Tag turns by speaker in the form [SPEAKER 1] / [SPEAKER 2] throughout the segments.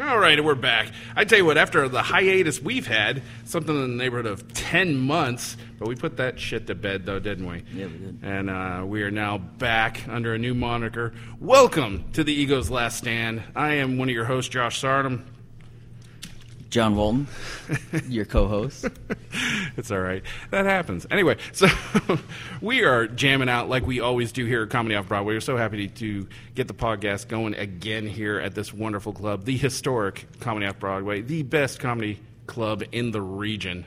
[SPEAKER 1] All right, we're back. I tell you what, after the hiatus we've had, something in the neighborhood of 10 months, but we put that shit to bed, though, didn't we?
[SPEAKER 2] Yeah, we did.
[SPEAKER 1] And uh, we are now back under a new moniker. Welcome to the Ego's Last Stand. I am one of your hosts, Josh Sarnum.
[SPEAKER 2] John Walton, your co-host.
[SPEAKER 1] it's all right. That happens. Anyway, so we are jamming out like we always do here at Comedy Off Broadway. We're so happy to get the podcast going again here at this wonderful club, the historic Comedy Off Broadway, the best comedy club in the region.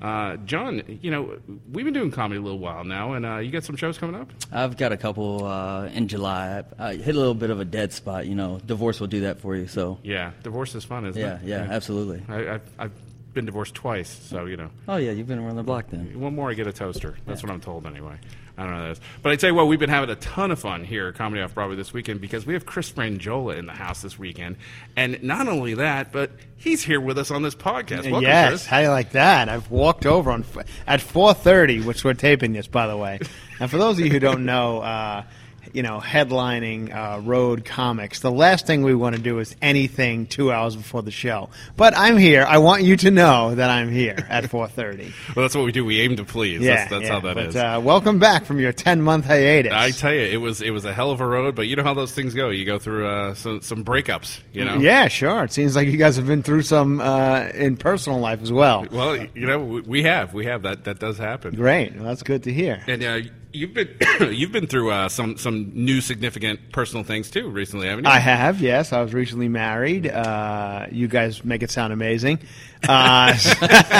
[SPEAKER 1] Uh, John, you know, we've been doing comedy a little while now, and uh, you got some shows coming up?
[SPEAKER 2] I've got a couple uh, in July. I, I hit a little bit of a dead spot, you know. Divorce will do that for you. So
[SPEAKER 1] Yeah. Divorce is fun, isn't
[SPEAKER 2] yeah,
[SPEAKER 1] it?
[SPEAKER 2] yeah, absolutely.
[SPEAKER 1] I, I've, I've been divorced twice, so, you know.
[SPEAKER 2] Oh yeah, you've been around the block then.
[SPEAKER 1] One more, I get a toaster. That's what I'm told anyway. I don't know this. But I tell you what, we've been having a ton of fun here at Comedy Off Broadway this weekend because we have Chris Frangiola in the house this weekend. And not only that, but he's here with us on this podcast. Welcome,
[SPEAKER 3] yes,
[SPEAKER 1] Chris.
[SPEAKER 3] how do you like that? I've walked over on f- at four thirty, which we're taping this, by the way. And for those of you who don't know, uh, you know, headlining uh, road comics, the last thing we want to do is anything two hours before the show. But I'm here. I want you to know that I'm here at four thirty.
[SPEAKER 1] Well, that's what we do. We aim to please.
[SPEAKER 3] yeah,
[SPEAKER 1] that's that's
[SPEAKER 3] yeah.
[SPEAKER 1] how that
[SPEAKER 3] but,
[SPEAKER 1] is.
[SPEAKER 3] Uh, welcome back from your ten month hiatus.
[SPEAKER 1] I tell you, it was it was a hell of a road, but you know how those things go. You go through uh, some some breakups, you know.
[SPEAKER 3] Yeah, sure. It seems like you guys have been through some uh, in personal life as well.
[SPEAKER 1] Well, you know, we- we have we have that that does happen.
[SPEAKER 3] Great. Well, that's good to hear.
[SPEAKER 1] And uh, you've been you've been through uh, some some new significant personal things too recently, haven't you?
[SPEAKER 3] I have, yes. I was recently married. Uh, you guys make it sound amazing. Uh,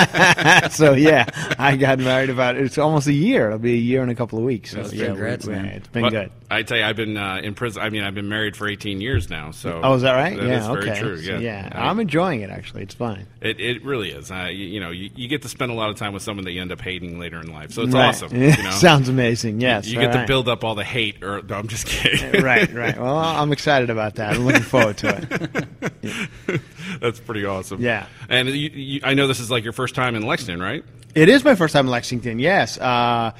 [SPEAKER 3] so yeah, I got married about it's almost a year. It'll be a year in a couple of weeks. So,
[SPEAKER 2] That's
[SPEAKER 3] yeah,
[SPEAKER 2] congrats,
[SPEAKER 3] we- we-
[SPEAKER 2] man.
[SPEAKER 3] It's been
[SPEAKER 1] But
[SPEAKER 3] good.
[SPEAKER 1] I tell you, I've been uh, in prison. I mean, I've been married for 18 years now. So,
[SPEAKER 3] Oh, is that right?
[SPEAKER 1] That
[SPEAKER 3] yeah.
[SPEAKER 1] is very
[SPEAKER 3] okay.
[SPEAKER 1] true.
[SPEAKER 3] So,
[SPEAKER 1] Yeah, I-
[SPEAKER 3] I'm enjoying it actually. It's fine.
[SPEAKER 1] it, it really is. Uh, you, you know, you, you get to spend a lot of time with someone that you end up hating later in life. So it's
[SPEAKER 3] Right.
[SPEAKER 1] awesome. You know?
[SPEAKER 3] Sounds amazing. Yes.
[SPEAKER 1] you get
[SPEAKER 3] all
[SPEAKER 1] to
[SPEAKER 3] right.
[SPEAKER 1] build up all the hate. Or no, I'm just kidding.
[SPEAKER 3] right, right. Well, I'm excited about that. I'm looking forward to it.
[SPEAKER 1] That's pretty awesome.
[SPEAKER 3] Yeah.
[SPEAKER 1] And you, you, I know this is like your first time in Lexington, right?
[SPEAKER 3] It is my first time in Lexington. Yes. Uh,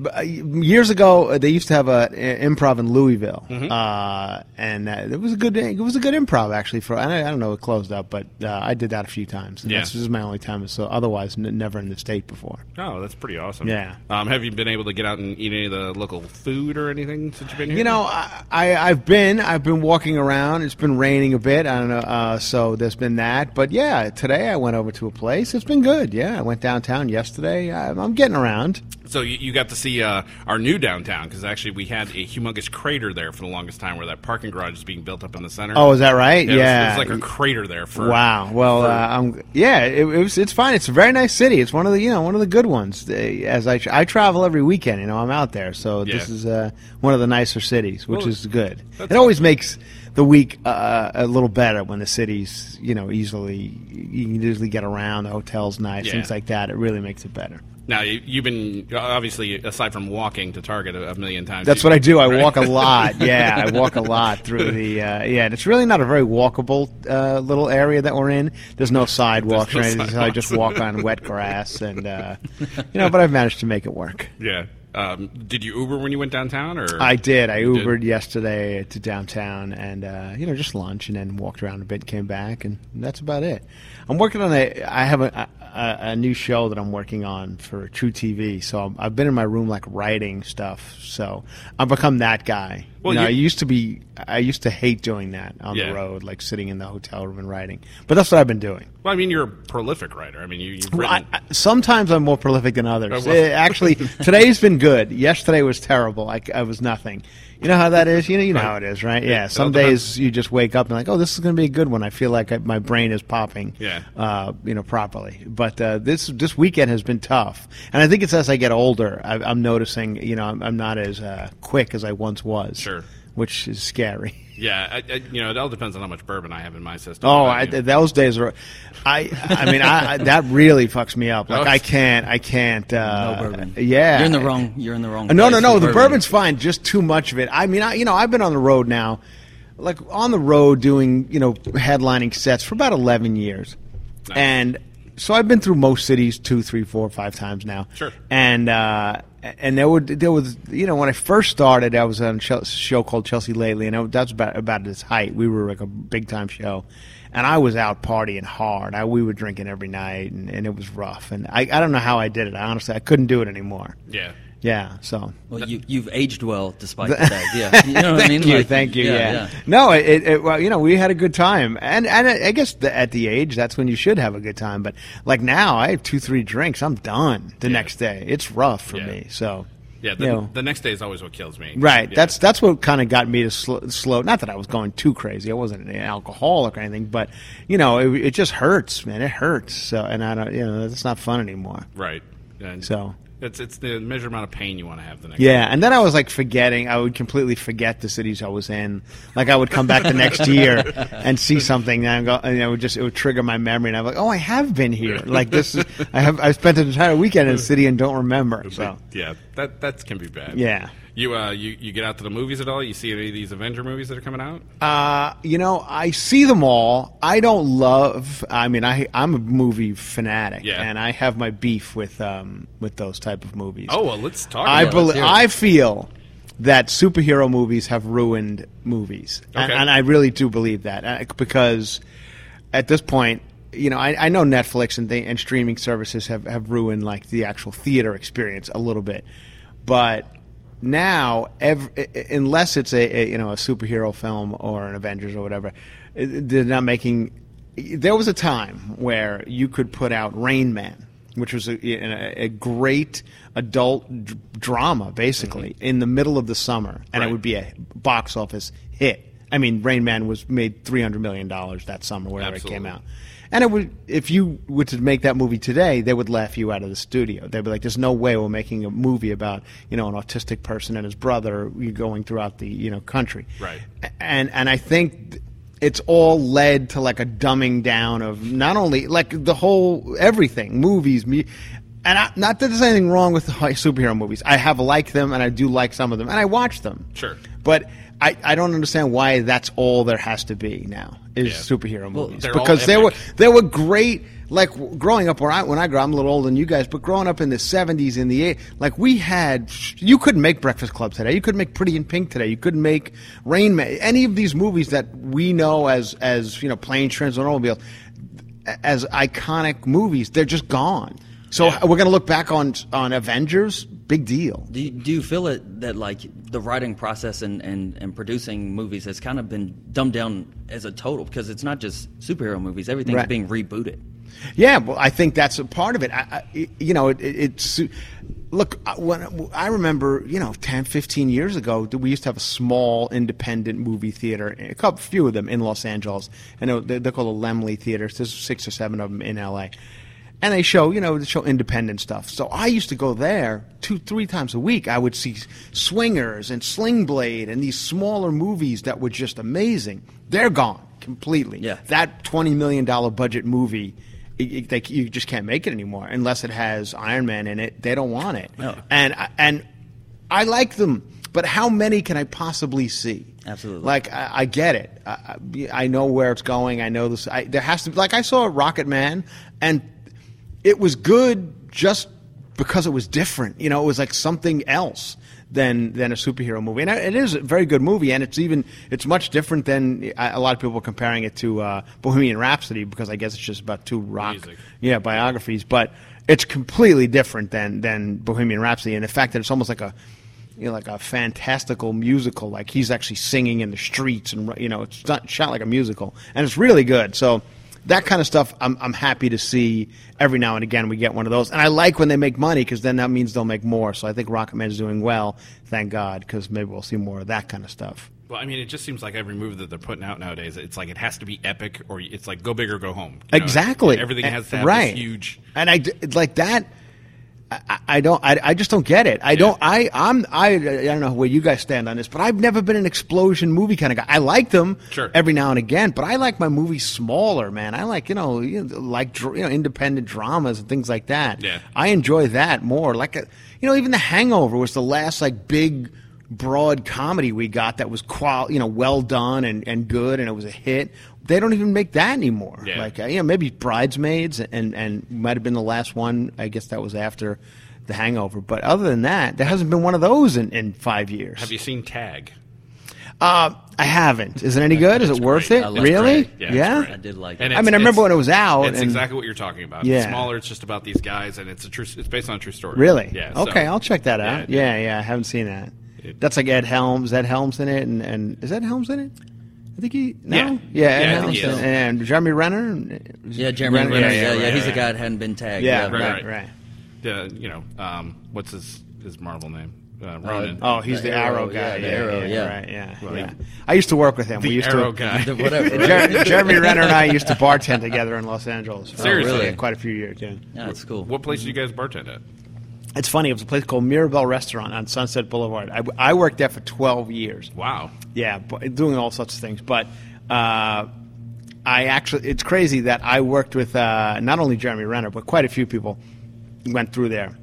[SPEAKER 3] b- uh, years ago, uh, they used to have an improv in Louisville,
[SPEAKER 1] Mm-hmm.
[SPEAKER 3] uh, and uh, it was a good it was a good improv actually. For and I, I don't know, it closed up, but uh, I did that a few times. And
[SPEAKER 1] Yeah.
[SPEAKER 3] that's- This is my only time. So otherwise, n- never in the state before.
[SPEAKER 1] Oh, that's pretty awesome.
[SPEAKER 3] Yeah.
[SPEAKER 1] Um, have you been able to get out and eat any of the local food or anything since you've been here?
[SPEAKER 3] You know, I, I I've been I've been walking around. It's been raining a bit. I don't know. Uh, so there's been that. But yeah, today I went over to a place. It's been good. Yeah, I went downtown yesterday. I, I'm getting around.
[SPEAKER 1] So you, you got to see uh, our new downtown because actually we had a humongous crater there for the longest time where that parking garage is being built up in the center.
[SPEAKER 3] Oh, is that
[SPEAKER 1] Yeah,
[SPEAKER 3] right?
[SPEAKER 1] it was-
[SPEAKER 3] yeah.
[SPEAKER 1] it was, like a crater there for
[SPEAKER 3] Wow. Well, uh, I'm, yeah, it, it was, it's fine. It's a very nice city. It's one of the you know one of the good ones. They- As I tra- I travel every weekend, you know, I'm out there, so this
[SPEAKER 1] Yeah.
[SPEAKER 3] is uh, one of the nicer cities, which
[SPEAKER 1] Well,
[SPEAKER 3] is good.
[SPEAKER 1] that's-
[SPEAKER 3] It always makes the week uh, a little better when the city's you know easily you can usually get around. The hotel's nice,
[SPEAKER 1] Yeah.
[SPEAKER 3] things like that. It really makes it better.
[SPEAKER 1] Now you, you've been obviously aside from walking to Target a, a million times.
[SPEAKER 3] That's
[SPEAKER 1] you-
[SPEAKER 3] what I do. I
[SPEAKER 1] right?
[SPEAKER 3] walk a lot. Yeah, I walk a lot through the. Uh, yeah, and it's really not a very walkable uh, little area that we're in. There's no sidewalks
[SPEAKER 1] There's
[SPEAKER 3] or
[SPEAKER 1] no
[SPEAKER 3] anything, so I just
[SPEAKER 1] sidewalks.
[SPEAKER 3] walk on wet grass, and uh, you know. But I've managed to make it work.
[SPEAKER 1] yeah. Um, did you Uber when you went downtown or
[SPEAKER 3] I did. I
[SPEAKER 1] You did.
[SPEAKER 3] Ubered yesterday to downtown, and uh, you know, just lunch, and then walked around a bit, came back, and that's about it. I'm working on a. I have a, a, a new show that I'm working on for True TV. So I'm, I've been in my room like writing stuff. So I've become that guy.
[SPEAKER 1] Well,
[SPEAKER 3] Well, you know,
[SPEAKER 1] you-
[SPEAKER 3] I used to be. I used to hate doing that on
[SPEAKER 1] Yeah.
[SPEAKER 3] the road, like sitting in the hotel room and writing. But that's what I've been doing.
[SPEAKER 1] Well, I mean, you're a prolific writer. I mean, you, you've
[SPEAKER 3] Well, I,
[SPEAKER 1] written.
[SPEAKER 3] I, sometimes I'm more prolific than others.
[SPEAKER 1] Oh, well.
[SPEAKER 3] Eh, actually, today's been good. Yesterday was terrible. I, I was nothing. You know how that is. You know, you know how it is, right? Yeah.
[SPEAKER 1] it all
[SPEAKER 3] Some
[SPEAKER 1] depends.
[SPEAKER 3] days you just wake up and like, oh, this is going to be a good one. I feel like I, my brain is popping.
[SPEAKER 1] Yeah.
[SPEAKER 3] Uh, you know, properly. But uh, this this weekend has been tough, and I think it's as I get older, I, I'm noticing. You know, I'm, I'm not as uh, quick as I once was.
[SPEAKER 1] Sure.
[SPEAKER 3] Which is scary.
[SPEAKER 1] yeah, I, I, you know, it all depends on how much bourbon I have in my system.
[SPEAKER 3] Oh,
[SPEAKER 1] But,
[SPEAKER 3] I,
[SPEAKER 1] you know.
[SPEAKER 3] those days are. I I mean, I, I that really fucks me up. Like
[SPEAKER 1] Oh.
[SPEAKER 3] I can't, I can't. Uh,
[SPEAKER 2] No bourbon.
[SPEAKER 3] Yeah,
[SPEAKER 2] You're in the wrong. You're in the wrong.
[SPEAKER 3] No,
[SPEAKER 2] place
[SPEAKER 3] no, no.
[SPEAKER 2] with
[SPEAKER 3] The
[SPEAKER 2] bourbon.
[SPEAKER 3] bourbon's fine. Just too much of it. I mean, I you know, I've been on the road now, like on the road doing you know headlining sets for about eleven years,
[SPEAKER 1] Nice.
[SPEAKER 3] and so I've been through most cities two, three, four, five times now.
[SPEAKER 1] Sure.
[SPEAKER 3] And uh, A- And there would there was you know when I first started I was on a show- show called Chelsea Lately and I, that's about about its height we were like a big time show, and I was out partying hard I we were drinking every night and, and it was rough and I, I don't know how I did it I honestly I couldn't do it anymore
[SPEAKER 1] Yeah.
[SPEAKER 3] yeah so
[SPEAKER 2] Well, you, you've aged well despite the fact. Yeah. You know what I mean?
[SPEAKER 3] thank you,
[SPEAKER 2] Like,
[SPEAKER 3] thank you. Yeah,
[SPEAKER 2] yeah.
[SPEAKER 3] No, it, it, it- well, you know, we had a good time, and and I I guess the, at the age, that's when you should have a good time. But like now, I have two, three drinks, I'm done the next day. It's rough for
[SPEAKER 1] Yeah.
[SPEAKER 3] me. So,
[SPEAKER 1] Yeah, the,
[SPEAKER 3] you know.
[SPEAKER 1] the next day is always what kills me.
[SPEAKER 3] Right.
[SPEAKER 1] Yeah.
[SPEAKER 3] That's that's what kind of got me to sl- slow. Not that I was going too crazy. I wasn't an alcoholic or anything, but you know, it, it just hurts, man. It hurts. So, and I don't, you know, it's not fun anymore.
[SPEAKER 1] right. And
[SPEAKER 3] So.
[SPEAKER 1] it's it's the measure amount of pain you want to have the next.
[SPEAKER 3] Yeah, and then I was like forgetting. I would completely forget the cities I was in. Like I would come back the next year and see something, and I go, and I would just it would trigger my memory, and I'm like, oh, I have been here. Like this, is, I have I spent an entire weekend in a city and don't remember. So
[SPEAKER 1] Yeah, that that can be bad.
[SPEAKER 3] Yeah.
[SPEAKER 1] You uh you, you get out to the movies at all? You see any of these Avenger movies that are coming out?
[SPEAKER 3] Uh, you know, I see them all. I don't love. I mean, I I'm a movie fanatic,
[SPEAKER 1] Yeah.
[SPEAKER 3] and I have my beef with um with those type of movies.
[SPEAKER 1] Oh well, let's talk.
[SPEAKER 3] I
[SPEAKER 1] about
[SPEAKER 3] believe.
[SPEAKER 1] it.
[SPEAKER 3] I feel that superhero movies have ruined movies, and,
[SPEAKER 1] Okay.
[SPEAKER 3] and I really do believe that uh, because at this point, you know, I, I know Netflix and thing and streaming services have have ruined like the actual theater experience a little bit, but now, ev- i- i- unless it's a, a you know a superhero film or an Avengers or whatever, i- they're not making. There was a time where you could put out Rain Man which was a, a, a great adult d- drama, basically, in the middle of the summer, and
[SPEAKER 1] Right.
[SPEAKER 3] it would be a box office hit. I mean, Rain Man was made three hundred million dollars that summer, wherever it came
[SPEAKER 1] Absolutely.
[SPEAKER 3] out, and it would if you were to make that movie today, they would laugh you out of the studio. They'd be like, "There's no way we're making a movie about you know an autistic person and his brother going throughout the you know country."
[SPEAKER 1] Right.
[SPEAKER 3] and and I think th- it's all led to like a dumbing down of not only like the whole everything movies me and I, not that there's anything wrong with hi- superhero movies I have liked them and I do like some of them and I watch them
[SPEAKER 1] Sure.
[SPEAKER 3] but I, I don't understand why that's all there has to be now is
[SPEAKER 1] Yeah.
[SPEAKER 3] superhero movies
[SPEAKER 1] they're all
[SPEAKER 3] because they were
[SPEAKER 1] epic.
[SPEAKER 3] they were great. Like w- growing up, where I when I grew, I'm a little older than you guys, but growing up in the '70s, in the '80s, like we had, you couldn't make Breakfast Club today. You couldn't make Pretty in Pink today. You couldn't make Rain Man. Any of these movies that we know as as you know, Plane, Trains, and Automobiles, as iconic movies, they're just gone. So
[SPEAKER 1] Yeah.
[SPEAKER 3] we're gonna look back on on Avengers. Big deal.
[SPEAKER 2] Do you, do you feel it that like the writing process and, and, and producing movies has kind of been dumbed down as a total because it's not just superhero movies everything's
[SPEAKER 3] Right.
[SPEAKER 2] being rebooted.
[SPEAKER 3] Yeah, well, I think that's a part of it. I, I, you know, it, it, it's look I- when I remember, you know, 10, 15 years ago, that we used to have a small independent movie theater, a couple, few of them in Los Angeles, and they- they're, they're called the Lemley Theaters. There's six or seven of them in L.A. And they show, you know, they show independent stuff. So I used to go there two, three times a week. I would see Swingers and Sling Blade and these smaller movies that were just amazing. They're gone completely
[SPEAKER 2] Yeah.
[SPEAKER 3] that twenty million dollar budget movie, it, it, they, you just can't make it anymore unless it has Iron Man in it. They don't want it.
[SPEAKER 2] No.
[SPEAKER 3] And I- and I like them, but how many can I possibly see?
[SPEAKER 2] Absolutely.
[SPEAKER 3] Like I, I get it. I, I I know where it's going. I know this. I, there has to be like I saw Rocket Man, and it was good just because it was different. You know, it was like something else than than a superhero movie, and it is a very good movie. And it's even it's much different than I- a lot of people are comparing it to uh, Bohemian Rhapsody because I guess it's just about two rock
[SPEAKER 1] Music.
[SPEAKER 3] yeah biographies, but it's completely different than than Bohemian Rhapsody, and the fact that it's almost like a you know, like a fantastical musical. Like he's actually singing in the streets, and you know, it's not shot like a musical, and it's really good. So that kind of stuff, I'm I'm happy to see every now and again. We get one of those, and I like when they make money because then that means they'll make more. So I think Rocketman is doing well, thank God, because maybe we'll see more of that kind of stuff.
[SPEAKER 1] Well, I mean, it just seems like every movie that they're putting out nowadays, it's like it has to be epic, or it's like go big or go home. you know?
[SPEAKER 3] Exactly.
[SPEAKER 1] Everything
[SPEAKER 3] And-
[SPEAKER 1] has to have
[SPEAKER 3] right.
[SPEAKER 1] this huge.
[SPEAKER 3] And I d- like that. I- I, I don't. I, I just don't get it. I don't. I. I'm. I. I don't know where you guys stand on this, but I've never been an explosion movie kind of guy. I like them
[SPEAKER 1] Sure.
[SPEAKER 3] every now and again, but I like my movies smaller, man. I like you know, you know like dr- you know independent dramas and things like that.
[SPEAKER 1] Yeah.
[SPEAKER 3] I enjoy that more. Like a, you know, even The Hangover was the last like big broad comedy we got that was qual you know well done and, and good and it was a hit they don't even make that anymore
[SPEAKER 1] Yeah.
[SPEAKER 3] like uh, you know maybe bridesmaids and and might have been the last one i guess that was after The Hangover. But other than that, there hasn't been one of those in, in five years.
[SPEAKER 1] Have you seen Tag?
[SPEAKER 3] Uh, I haven't. Is it any good? Is it worth
[SPEAKER 1] great.
[SPEAKER 3] it?
[SPEAKER 2] I love
[SPEAKER 3] really?
[SPEAKER 2] Prey.
[SPEAKER 1] Yeah, it's great.
[SPEAKER 2] I did like
[SPEAKER 1] And
[SPEAKER 2] it.
[SPEAKER 3] I mean, I
[SPEAKER 1] it's-
[SPEAKER 3] remember
[SPEAKER 1] it's-
[SPEAKER 3] when it was out.
[SPEAKER 1] It's
[SPEAKER 3] and-
[SPEAKER 1] exactly what you're talking about.
[SPEAKER 3] Yeah.
[SPEAKER 1] It's smaller. It's just about these guys, and it's a true. It's based on a true story.
[SPEAKER 3] Really?
[SPEAKER 1] Yeah. so-
[SPEAKER 3] Okay, I'll check that out.
[SPEAKER 1] Yeah,
[SPEAKER 3] Yeah, yeah, I haven't seen that.
[SPEAKER 1] It-
[SPEAKER 3] That's like Ed Helms. Ed Helms in it, and, and is Ed Helms in it? I think he. No?
[SPEAKER 1] Yeah.
[SPEAKER 3] Yeah, Ed
[SPEAKER 1] Yeah, I think
[SPEAKER 3] Helms
[SPEAKER 1] he
[SPEAKER 3] and,
[SPEAKER 1] is.
[SPEAKER 3] and Jeremy Renner. and-
[SPEAKER 2] Yeah, Jeremy Renner. Yeah, yeah,
[SPEAKER 1] right,
[SPEAKER 2] he's
[SPEAKER 1] right.
[SPEAKER 2] the guy that hadn't been tagged.
[SPEAKER 3] Yeah,
[SPEAKER 1] right,
[SPEAKER 3] right, right.
[SPEAKER 1] right. Yeah, you know, um, what's his his Marvel name? Uh, Ronan.
[SPEAKER 3] Oh, he's the,
[SPEAKER 2] The
[SPEAKER 3] Arrow,
[SPEAKER 2] Arrow,
[SPEAKER 3] guy.
[SPEAKER 2] yeah, the Arrow,
[SPEAKER 3] yeah,
[SPEAKER 2] yeah.
[SPEAKER 3] right, yeah,
[SPEAKER 1] Right.
[SPEAKER 3] yeah. I used to work with him. we
[SPEAKER 1] the
[SPEAKER 3] used
[SPEAKER 1] Arrow
[SPEAKER 3] to,
[SPEAKER 1] guy.
[SPEAKER 2] The whatever.
[SPEAKER 3] Jer- Jeremy Renner and I used to bartend together in Los Angeles. for
[SPEAKER 1] Seriously?
[SPEAKER 2] really?
[SPEAKER 3] quite a few years. Yeah.
[SPEAKER 2] Yeah, that's cool.
[SPEAKER 1] What place did you
[SPEAKER 3] Mm-hmm.
[SPEAKER 1] guys bartend at?
[SPEAKER 3] It's funny. It was a place called Mirabel Restaurant on Sunset Boulevard. I, I worked there for twelve years.
[SPEAKER 1] Wow.
[SPEAKER 3] yeah, bu- doing all sorts of things. But uh, I actually, it's crazy that I worked with uh, not only Jeremy Renner, but quite a few people went through there.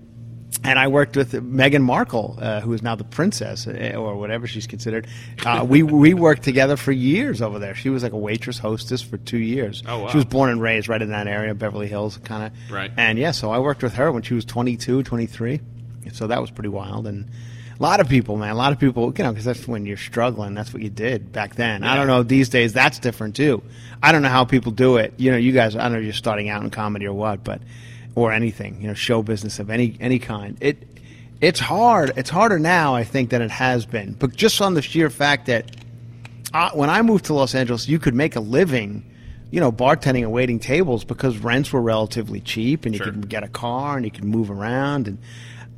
[SPEAKER 3] And I worked with Meghan Markle, uh, who is now the princess eh, or whatever she's considered. Uh, we we worked together for years over there. She was like a waitress hostess for two years.
[SPEAKER 1] Oh, wow.
[SPEAKER 3] She was born and raised right in that area, Beverly Hills, kind of.
[SPEAKER 1] Right.
[SPEAKER 3] And yeah, so I worked with her when she was 22, 23. So that was pretty wild. And a lot of people, man, a lot of people, you know, because that's when you're struggling. That's what you did back then. I don't know. These days, that's different too. I don't know how people do it. You know, you guys, I don't know if you're starting out in comedy or what, but, or anything, you know, show business of any, any kind. It, it's hard. It's harder now, I think, than it has been. But just on the sheer fact that uh, when I moved to Los Angeles, you could make a living, you know, bartending and waiting tables because rents were relatively cheap, and you
[SPEAKER 1] Sure.
[SPEAKER 3] could get a car and you could move around. And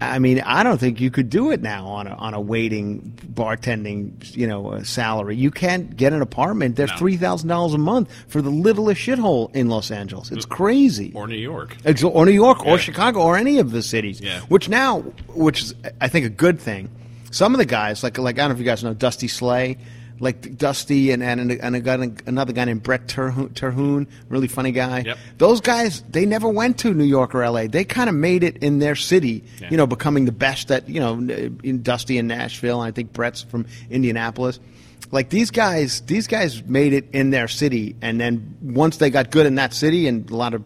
[SPEAKER 3] I mean, I don't think you could do it now on a on a waiting bartending, you know, uh, salary. You can't get an apartment. There's
[SPEAKER 1] No.
[SPEAKER 3] three thousand dollars a month for the littlest shithole in Los Angeles. It's crazy.
[SPEAKER 1] Or New York?
[SPEAKER 3] Ex- or New York
[SPEAKER 1] Yeah.
[SPEAKER 3] or Chicago or any of the cities.
[SPEAKER 1] Yeah.
[SPEAKER 3] Which now, which is I think a good thing. Some of the guys, like like I don't know if you guys know Dusty Slay, like Dusty and and, and a guy, another guy named Brett Terhune, Terhune really funny guy.
[SPEAKER 1] Yep.
[SPEAKER 3] Those guys, they never went to New York or L.A. They kind of made it in their city,
[SPEAKER 1] Yeah.
[SPEAKER 3] you know, becoming the best that you know in Dusty in Nashville. And I think Brett's from Indianapolis. Like these guys, these guys made it in their city, and then once they got good in that city and a lot of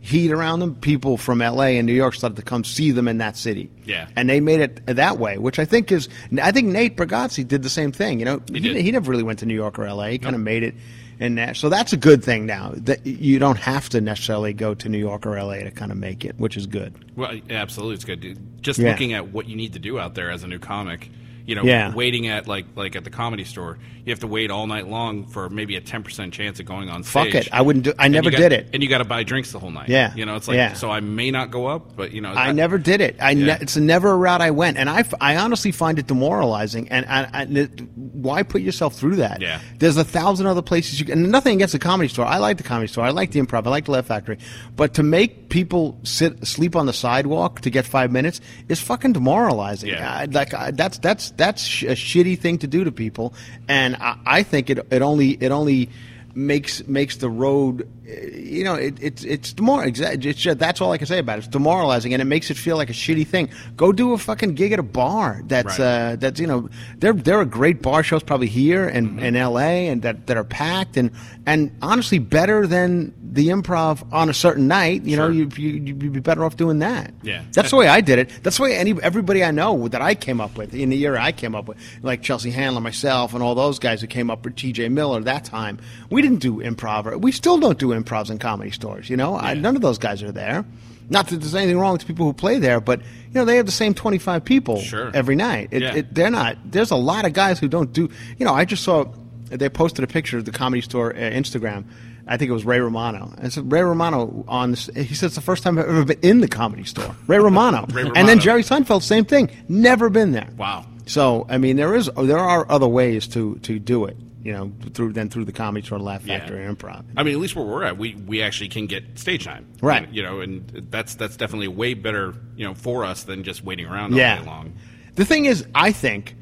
[SPEAKER 3] heat around them, people from L.A. and New York started to come see them in that city.
[SPEAKER 1] Yeah.
[SPEAKER 3] and they made it that way, which I think is. I think Nate Bargatze did the same thing. You know, he,
[SPEAKER 1] did.
[SPEAKER 3] he never really went to New York or L.A. He kind of made it in that. So that's a good thing now that you don't have to necessarily go to New York or L.A. to kind of make it, which is good.
[SPEAKER 1] Well, yeah, absolutely, it's good. Dude, Just
[SPEAKER 3] Yeah.
[SPEAKER 1] looking at what you need to do out there as a new comic, you know,
[SPEAKER 3] Yeah.
[SPEAKER 1] waiting at like like at the comedy store, you have to wait all night long for maybe a ten percent chance of going on
[SPEAKER 3] Fuck
[SPEAKER 1] stage.
[SPEAKER 3] it, I wouldn't do. I
[SPEAKER 1] And you
[SPEAKER 3] never
[SPEAKER 1] got-
[SPEAKER 3] did it.
[SPEAKER 1] and you got to buy drinks the whole night.
[SPEAKER 3] Yeah.
[SPEAKER 1] you know, it's like
[SPEAKER 3] Yeah.
[SPEAKER 1] so I may not go up, but you know,
[SPEAKER 3] I never did it. I
[SPEAKER 1] Yeah.
[SPEAKER 3] ne- it's never a route I went, and I, f- I honestly find it demoralizing. And I, I- and it- why put yourself through that?
[SPEAKER 1] Yeah.
[SPEAKER 3] There's a thousand other places you can. And nothing against the comedy store. I like the comedy store. I like the improv. I like the Laugh Factory. But to make people sit sleep on the sidewalk to get five minutes is fucking demoralizing.
[SPEAKER 1] Yeah.
[SPEAKER 3] I- like I, that's that's that's sh- a shitty thing to do to people, and I, I think it it only it only makes makes the road eh, you know it, it's it's demor exa- it's ju- that's all I can say about it. It's demoralizing, and it makes it feel like a shitty thing. Go do a fucking gig at a bar. That's
[SPEAKER 1] Right.
[SPEAKER 3] uh that's you know there there are great bar shows probably here and
[SPEAKER 1] Mm-hmm.
[SPEAKER 3] in L.A. and that that are packed and and honestly better than the improv on a certain night. You
[SPEAKER 1] Sure.
[SPEAKER 3] know you, you you'd be better off doing that.
[SPEAKER 1] Yeah.
[SPEAKER 3] That's the way I did it. That's the way any everybody I know that I came up with in the era I came up with, like Chelsea Handler, myself, and all those guys who came up with T.J. Miller that time. We didn't do improv. Or, we still don't do improvs in comedy stores. You know, I, none of those guys are there. Not that there's anything wrong with the people who play there, but you know they have the same 25 people
[SPEAKER 1] Sure.
[SPEAKER 3] every night. It,
[SPEAKER 1] Yeah.
[SPEAKER 3] it, they're not. There's a lot of guys who don't do. You know, I just saw they posted a picture of the comedy store uh, Instagram. I think it was Ray Romano. And so Ray Romano on this, he said it's the first time I've ever been in the comedy store. Ray Romano.
[SPEAKER 1] Ray
[SPEAKER 3] And
[SPEAKER 1] Romano.
[SPEAKER 3] then Jerry Seinfeld, same thing. Never been there.
[SPEAKER 1] Wow.
[SPEAKER 3] So I mean, there is there are other ways to to do it. You know, through then through the comedy store, Laugh
[SPEAKER 1] Yeah.
[SPEAKER 3] Factory, and improv.
[SPEAKER 1] I mean, at least where we're at, we, we actually can get stage time,
[SPEAKER 3] Right.
[SPEAKER 1] You know, and that's that's definitely way better, you know, for us than just waiting around all day long.
[SPEAKER 3] The thing is, I think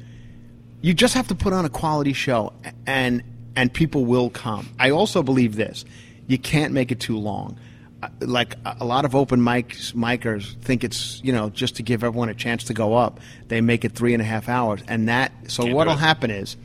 [SPEAKER 3] you just have to put on a quality show, a- and and people will come. I also believe this: you can't make it too long. Uh, Like a a lot of open mics, micers think it's you know just to give everyone a chance to go up. They make it three and a half hours, and that so
[SPEAKER 1] Can't do
[SPEAKER 3] what'll
[SPEAKER 1] it.
[SPEAKER 3] happen is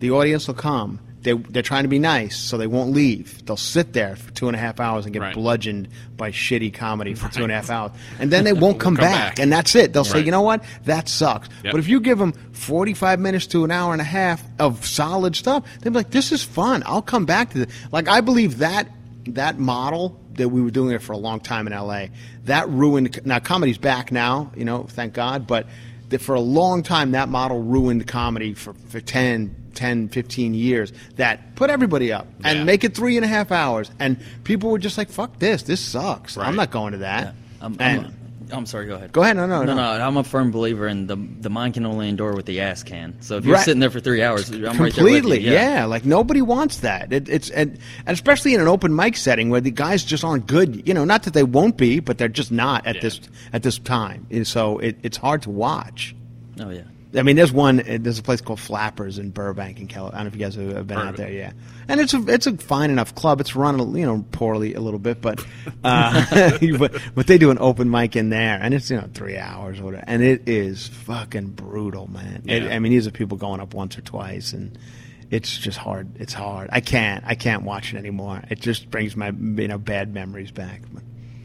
[SPEAKER 3] the audience will come they they're trying to be nice, so they won't leave. They'll sit there for two and a half hours and get
[SPEAKER 1] Right.
[SPEAKER 3] bludgeoned by shitty comedy for two and a half hours, and then they won't come,
[SPEAKER 1] come
[SPEAKER 3] back,
[SPEAKER 1] back.
[SPEAKER 3] and that's it. They'll say,
[SPEAKER 1] Right.
[SPEAKER 3] you know what, that sucks.
[SPEAKER 1] Yep.
[SPEAKER 3] But if you give them forty five minutes to an hour and a half of solid stuff, they'll be like, this is fun. I'll come back to this. Like I believe that that model that we were doing it for a long time in L.A. That ruined. Now comedy's back now, you know, thank God, but that for a long time that model ruined comedy for, for 10 10 15 years that put everybody up and
[SPEAKER 1] Yeah.
[SPEAKER 3] make it three and a half hours and people were just like fuck this this sucks
[SPEAKER 1] Right.
[SPEAKER 3] i'm not going to that
[SPEAKER 2] I'm,
[SPEAKER 3] and
[SPEAKER 2] I'm, a- I'm sorry. Go ahead.
[SPEAKER 3] Go ahead, no, no,
[SPEAKER 2] no,
[SPEAKER 3] no.
[SPEAKER 2] I'm a firm believer in the the mind can only endure what the ass can. So if you're
[SPEAKER 3] Right.
[SPEAKER 2] sitting there for three hours, I'm right there with you.
[SPEAKER 3] completely yeah. like nobody wants that it, it's and, and especially in an open mic setting where the guys just aren't good you know not that they won't be but they're just not at
[SPEAKER 1] Yeah.
[SPEAKER 3] this at this time and so it, it's hard to watch
[SPEAKER 2] Oh yeah.
[SPEAKER 3] I mean, there's one. uh, There's a place called Flappers in Burbank, in California. I don't know if you guys have have been
[SPEAKER 1] Heard
[SPEAKER 3] out
[SPEAKER 1] of
[SPEAKER 3] there,
[SPEAKER 1] it.
[SPEAKER 3] yeah. And it's a it's a fine enough club. It's run a- you know poorly a little bit, but uh, but but they do an open mic in there, and it's you know three hours or whatever, and it is fucking brutal, man. It,
[SPEAKER 1] Yeah.
[SPEAKER 3] I mean, these are people going up once or twice, and it's just hard. It's hard. I can't. I can't watch it anymore. It just brings my you know bad memories back.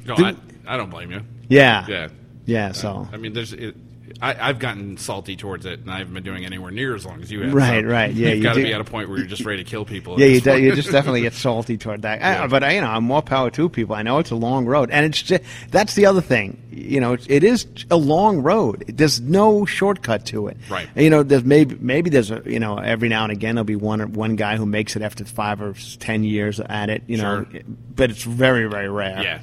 [SPEAKER 1] No,
[SPEAKER 3] Do-
[SPEAKER 1] I, I don't blame you.
[SPEAKER 3] Yeah.
[SPEAKER 1] Yeah. Uh,
[SPEAKER 3] Yeah. So.
[SPEAKER 1] I mean, there's. It, I, I've gotten salty towards it, and I haven't been doing anywhere near as long as you have.
[SPEAKER 3] Right, right, yeah,
[SPEAKER 1] You've
[SPEAKER 3] you
[SPEAKER 1] got to
[SPEAKER 3] do-
[SPEAKER 1] be at a point where you're just ready to kill people. at
[SPEAKER 3] Yeah,
[SPEAKER 1] this
[SPEAKER 3] you, de-
[SPEAKER 1] point.
[SPEAKER 3] you just definitely get salty toward that. I-
[SPEAKER 1] Yeah.
[SPEAKER 3] but I, you know, I'm more power to people. I know it's a long road, and it's just, that's the other thing. You know, it's, it is a long road. There's no shortcut to it.
[SPEAKER 1] Right.
[SPEAKER 3] You know, there's maybe maybe there's a, you know every now and again there'll be one one guy who makes it after five or s- ten years at it. You know,
[SPEAKER 1] Sure.
[SPEAKER 3] but it's very very rare.
[SPEAKER 1] Yeah.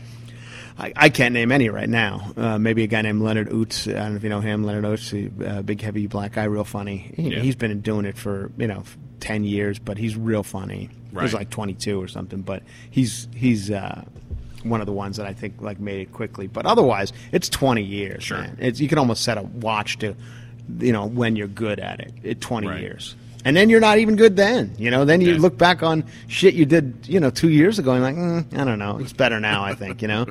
[SPEAKER 3] I, I can't name any right now. Uh, maybe a guy named Leonard Oates. I don't know if you know him. Leonard Oates, the, uh, big, heavy black guy, real funny. He,
[SPEAKER 1] Yeah.
[SPEAKER 3] He's been doing it for you know f- ten years, but he's real funny.
[SPEAKER 1] Right.
[SPEAKER 3] He's like twenty two or something, but he's he's uh, one of the ones that I think like made it quickly. But otherwise, it's twenty years.
[SPEAKER 1] Sure.
[SPEAKER 3] man. It's, you can almost set a watch to, you know, when you're good at it. It twenty
[SPEAKER 1] Right.
[SPEAKER 3] years. And then you're not even good then, you know. Then you
[SPEAKER 1] Yeah.
[SPEAKER 3] look back on shit you did, you know, two years ago, and like, mm, I don't know, it's better now. I think, you know.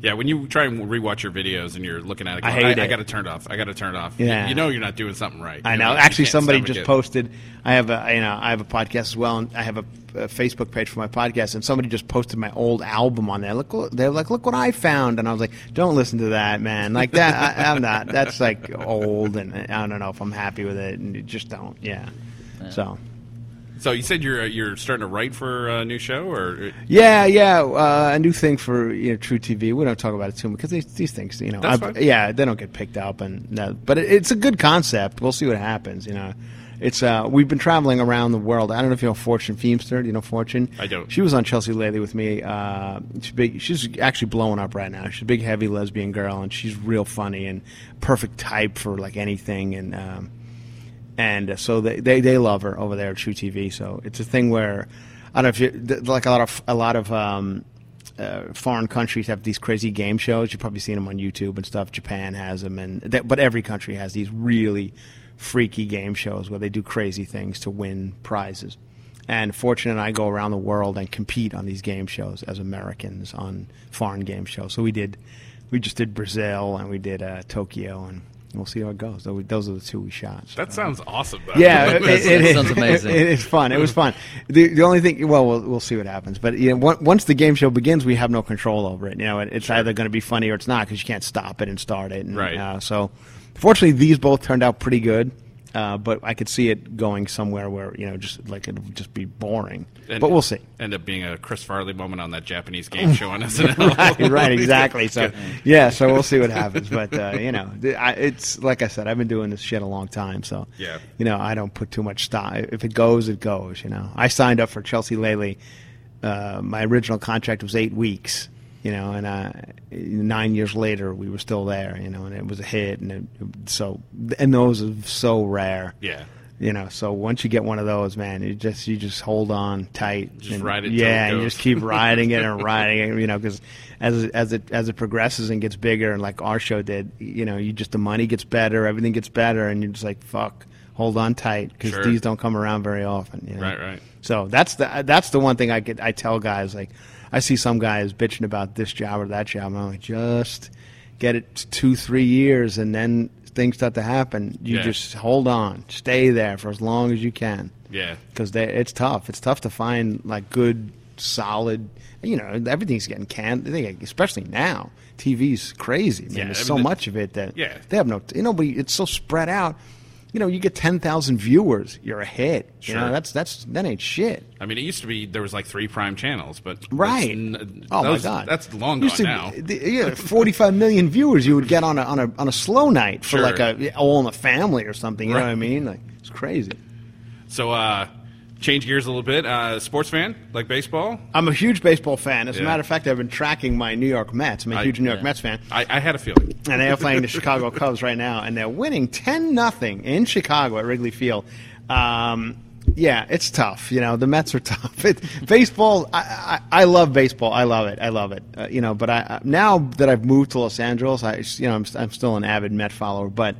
[SPEAKER 1] Yeah, when you try and rewatch your videos and you're looking at it,
[SPEAKER 3] I
[SPEAKER 1] going, I,
[SPEAKER 3] hate
[SPEAKER 1] I,
[SPEAKER 3] it.
[SPEAKER 1] got to turn it off. I got to turn it off.
[SPEAKER 3] Yeah.
[SPEAKER 1] You, you know you're not doing something right.
[SPEAKER 3] I
[SPEAKER 1] You
[SPEAKER 3] know.
[SPEAKER 1] you
[SPEAKER 3] Actually,
[SPEAKER 1] can't
[SPEAKER 3] somebody
[SPEAKER 1] stomach
[SPEAKER 3] just
[SPEAKER 1] it.
[SPEAKER 3] posted. I have a you know I have a podcast as well, and I have a, a Facebook page for my podcast. And somebody just posted my old album on there. Look, they're like, look what I found, and I was like, don't listen to that, man. Like that, I, I'm not. That's like old, and I don't know if I'm happy with it, and you just don't. Yeah. So.
[SPEAKER 1] So you said you're uh, you're starting to write for a new show, or
[SPEAKER 3] Yeah, yeah, uh, a new thing for you know True TV. We don't talk about it too much because these, these things, you know,
[SPEAKER 1] That's
[SPEAKER 3] I-
[SPEAKER 1] fine.
[SPEAKER 3] yeah, they don't get picked up, and no, but it, it's a good concept. We'll see what happens. You know, it's uh, we've been traveling around the world. I don't know if you know Fortune Feemster. Do you know Fortune?
[SPEAKER 1] I don't.
[SPEAKER 3] She was on Chelsea Lately with me. Uh, she's big. She's actually blowing up right now. She's a big, heavy lesbian girl, and she's real funny and perfect type for like anything. And um, and uh, so they, they, they love her over there at True TV. So it's a thing where I don't know if you th- like a lot of a lot of um, uh, foreign countries have these crazy game shows. You've probably seen them on YouTube and stuff. Japan has them, and that, but every country has these really freaky game shows where they do crazy things to win prizes. And Fortune and I go around the world and compete on these game shows as Americans on foreign game shows. So we did, we just did Brazil and we did uh, Tokyo, and we'll see how it goes. Those those are the two we shot. so.
[SPEAKER 1] that sounds awesome. Though.
[SPEAKER 3] Yeah, it,
[SPEAKER 2] That
[SPEAKER 3] it- it-
[SPEAKER 2] sounds amazing.
[SPEAKER 3] It is fun. It was fun. The, the only thing, well, well, we'll see what happens. But you know, on- once the game show begins, we have no control over it. You know, it, it's either going to be funny or it's not because you can't stop it and start it. And,
[SPEAKER 1] Right.
[SPEAKER 3] Uh, so, fortunately, these both turned out pretty good. Uh, but I could see it going somewhere where you know, just like it'll just be boring.
[SPEAKER 1] And
[SPEAKER 3] but we'll see.
[SPEAKER 1] End up being a Chris Farley moment on that Japanese game show on SNL.
[SPEAKER 3] right, right, exactly. So, yeah, so we'll see what happens. But uh, you know, th- I, it's like I said, I've been doing this shit a long time. So,
[SPEAKER 1] Yeah.
[SPEAKER 3] you know, I don't put too much stock. If it goes, it goes. You know, I signed up for Chelsea Lately. Uh, my original contract was eight weeks. You know, and uh, nine years later, we were still there. You know, and it was a hit, and it, so and those are so rare.
[SPEAKER 1] Yeah.
[SPEAKER 3] You know, so once you get one of those, man, you just you just hold on tight.
[SPEAKER 1] Just
[SPEAKER 3] and-
[SPEAKER 1] ride it till
[SPEAKER 3] Yeah,
[SPEAKER 1] it
[SPEAKER 3] and you
[SPEAKER 1] goes.
[SPEAKER 3] just keep riding it and riding it. You know, because as as it as it progresses and gets bigger, and like our show did, you know, you just the money gets better, everything gets better, and you're just like, fuck, hold on tight because
[SPEAKER 1] Sure.
[SPEAKER 3] these don't come around very often. You know?
[SPEAKER 1] Right, right.
[SPEAKER 3] So that's the that's the one thing I could I tell guys like I see some guys bitching about this job or that job, and I'm like, just get it two three years, and then things start to happen, you
[SPEAKER 1] Yeah.
[SPEAKER 3] just hold on, stay there for as long as you can.
[SPEAKER 1] Yeah.
[SPEAKER 3] because it's tough. It's tough to find like good, solid. You know, everything's getting canned. They, especially now, TV's crazy. Man.
[SPEAKER 1] Yeah,
[SPEAKER 3] There's
[SPEAKER 1] I mean,
[SPEAKER 3] so
[SPEAKER 1] the-
[SPEAKER 3] much of it that
[SPEAKER 1] Yeah.
[SPEAKER 3] they have no. You know, but it's so spread out. You know, you get ten thousand viewers, you're a hit. You know,
[SPEAKER 1] Sure.
[SPEAKER 3] that's that's that ain't shit.
[SPEAKER 1] I mean, it used to be there was like three prime channels, but that's
[SPEAKER 3] Right.
[SPEAKER 1] n-
[SPEAKER 3] oh
[SPEAKER 1] those-
[SPEAKER 3] my god,
[SPEAKER 1] that's long gone
[SPEAKER 3] Used to-
[SPEAKER 1] now.
[SPEAKER 3] the- yeah, forty-five million viewers you would get on a on a on a slow night for
[SPEAKER 1] Sure.
[SPEAKER 3] like a All in the Family or something. You know what I
[SPEAKER 1] Right.
[SPEAKER 3] mean? Like it's crazy.
[SPEAKER 1] So, uh, change gears a little bit. Uh, sports fan like baseball.
[SPEAKER 3] I'm a huge baseball fan. As a
[SPEAKER 1] Yeah.
[SPEAKER 3] matter of fact, I've been tracking my New York Mets. I'm a
[SPEAKER 1] I-
[SPEAKER 3] huge New York
[SPEAKER 2] yeah.
[SPEAKER 3] Mets fan.
[SPEAKER 1] I, I had a feeling.
[SPEAKER 3] And they are playing the Chicago Cubs right now, and they're winning 10 nothing in Chicago at Wrigley Field. Um, yeah, it's tough. You know, the Mets are tough. It, baseball, I, I, I love baseball. I love it. I love it. Uh, you know, but I, I- now that I've moved to Los Angeles, I, just- you know, I'm, I'm still an avid Met follower, but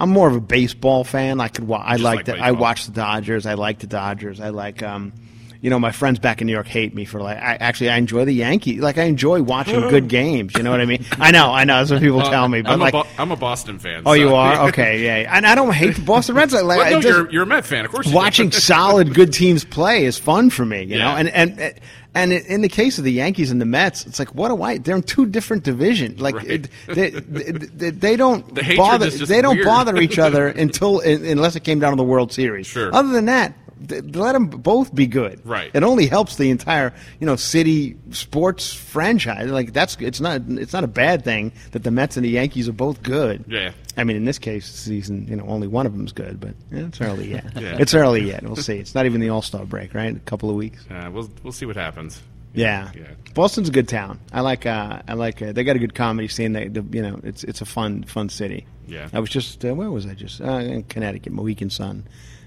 [SPEAKER 3] I'm more of a baseball fan. I could, wa- I
[SPEAKER 1] Just
[SPEAKER 3] like
[SPEAKER 1] like
[SPEAKER 3] that. I
[SPEAKER 1] baseball.
[SPEAKER 3] watch the Dodgers. I like the Dodgers. I like, um, you know, my friends back in New York hate me for like. I actually I enjoy the Yankees. Like I enjoy watching good games. You know what I mean? I know, I know. That's what people
[SPEAKER 1] Uh,
[SPEAKER 3] tell me. But
[SPEAKER 1] I'm,
[SPEAKER 3] like,
[SPEAKER 1] a Bo- I'm a Boston fan.
[SPEAKER 3] oh, you
[SPEAKER 1] so-
[SPEAKER 3] are okay, yeah. yeah. And I don't hate the Boston Red Sox. Like,
[SPEAKER 1] Well,
[SPEAKER 3] I
[SPEAKER 1] no,
[SPEAKER 3] just-
[SPEAKER 1] you're, you're a Met fan, of course. you are.
[SPEAKER 3] watching solid good teams play is fun for me. You know,
[SPEAKER 1] Yeah.
[SPEAKER 3] and and and in the case of the Yankees and the Mets, it's like what do I? They're in two different divisions. Like
[SPEAKER 1] Right.
[SPEAKER 3] it, they, they, they don't
[SPEAKER 1] The hatred
[SPEAKER 3] bother.
[SPEAKER 1] is just
[SPEAKER 3] They don't
[SPEAKER 1] weird.
[SPEAKER 3] bother each other until unless it came down to the World Series.
[SPEAKER 1] Sure.
[SPEAKER 3] Other than that. th- Let them both be good.
[SPEAKER 1] Right.
[SPEAKER 3] It only helps the entire, you know, city sports franchise. Like that's it's not it's not a bad thing that the Mets and the Yankees are both good.
[SPEAKER 1] Yeah.
[SPEAKER 3] I mean, in this case, season, you know, only one of them's good, but eh, it's early yet.
[SPEAKER 1] Yeah.
[SPEAKER 3] It's early yet. We'll see. It's not even the All Star break, right? A couple of weeks.
[SPEAKER 1] Uh, we'll we'll see what happens.
[SPEAKER 3] Yeah.
[SPEAKER 1] Yeah.
[SPEAKER 3] Boston's a good town. I like. Uh, I like. Uh, they got a good comedy scene. They, the, you know, it's it's a fun fun city.
[SPEAKER 1] Yeah.
[SPEAKER 3] I was just uh, where was I? Just uh, in Connecticut, Mohegan Sun.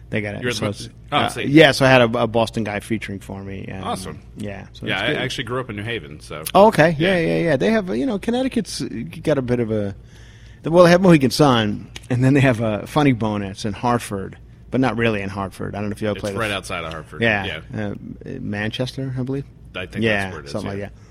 [SPEAKER 3] They got it.
[SPEAKER 1] You're at the-
[SPEAKER 3] it's-
[SPEAKER 1] oh, I
[SPEAKER 3] uh,
[SPEAKER 1] see.
[SPEAKER 3] yeah. So I had a, a Boston guy featuring for me. um,
[SPEAKER 1] Awesome.
[SPEAKER 3] Yeah. So
[SPEAKER 1] yeah,
[SPEAKER 3] it's
[SPEAKER 1] I
[SPEAKER 3] good.
[SPEAKER 1] actually grew up in New Haven, so
[SPEAKER 3] Oh, okay. Yeah,
[SPEAKER 1] Yeah.
[SPEAKER 3] yeah, yeah, They have, you know, Connecticut's got a bit of a. Well, they have Mohegan Sun, and then they have a Funny Bone. It's in Hartford, but not really in Hartford. I don't know if you ever
[SPEAKER 1] it's
[SPEAKER 3] played.
[SPEAKER 1] right outside of Hartford.
[SPEAKER 3] Yeah, Uh, Manchester, I believe.
[SPEAKER 1] I think
[SPEAKER 3] yeah,
[SPEAKER 1] that's where it is,
[SPEAKER 3] something
[SPEAKER 1] yeah.
[SPEAKER 3] like that.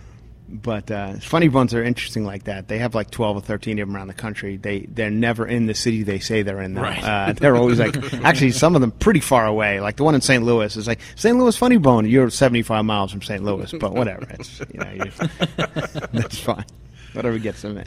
[SPEAKER 3] But uh, funny buns are interesting like that. They have like twelve or thirteen of them around the country. They they're never in the city they say they're in. Though.
[SPEAKER 1] Right.
[SPEAKER 3] Uh, they're always like actually some of them pretty far away. Like the one in St. Louis is like St. Louis funny bone. You're seventy five miles from St. Louis, but whatever. It's you know you that's fine. Whatever gets them in.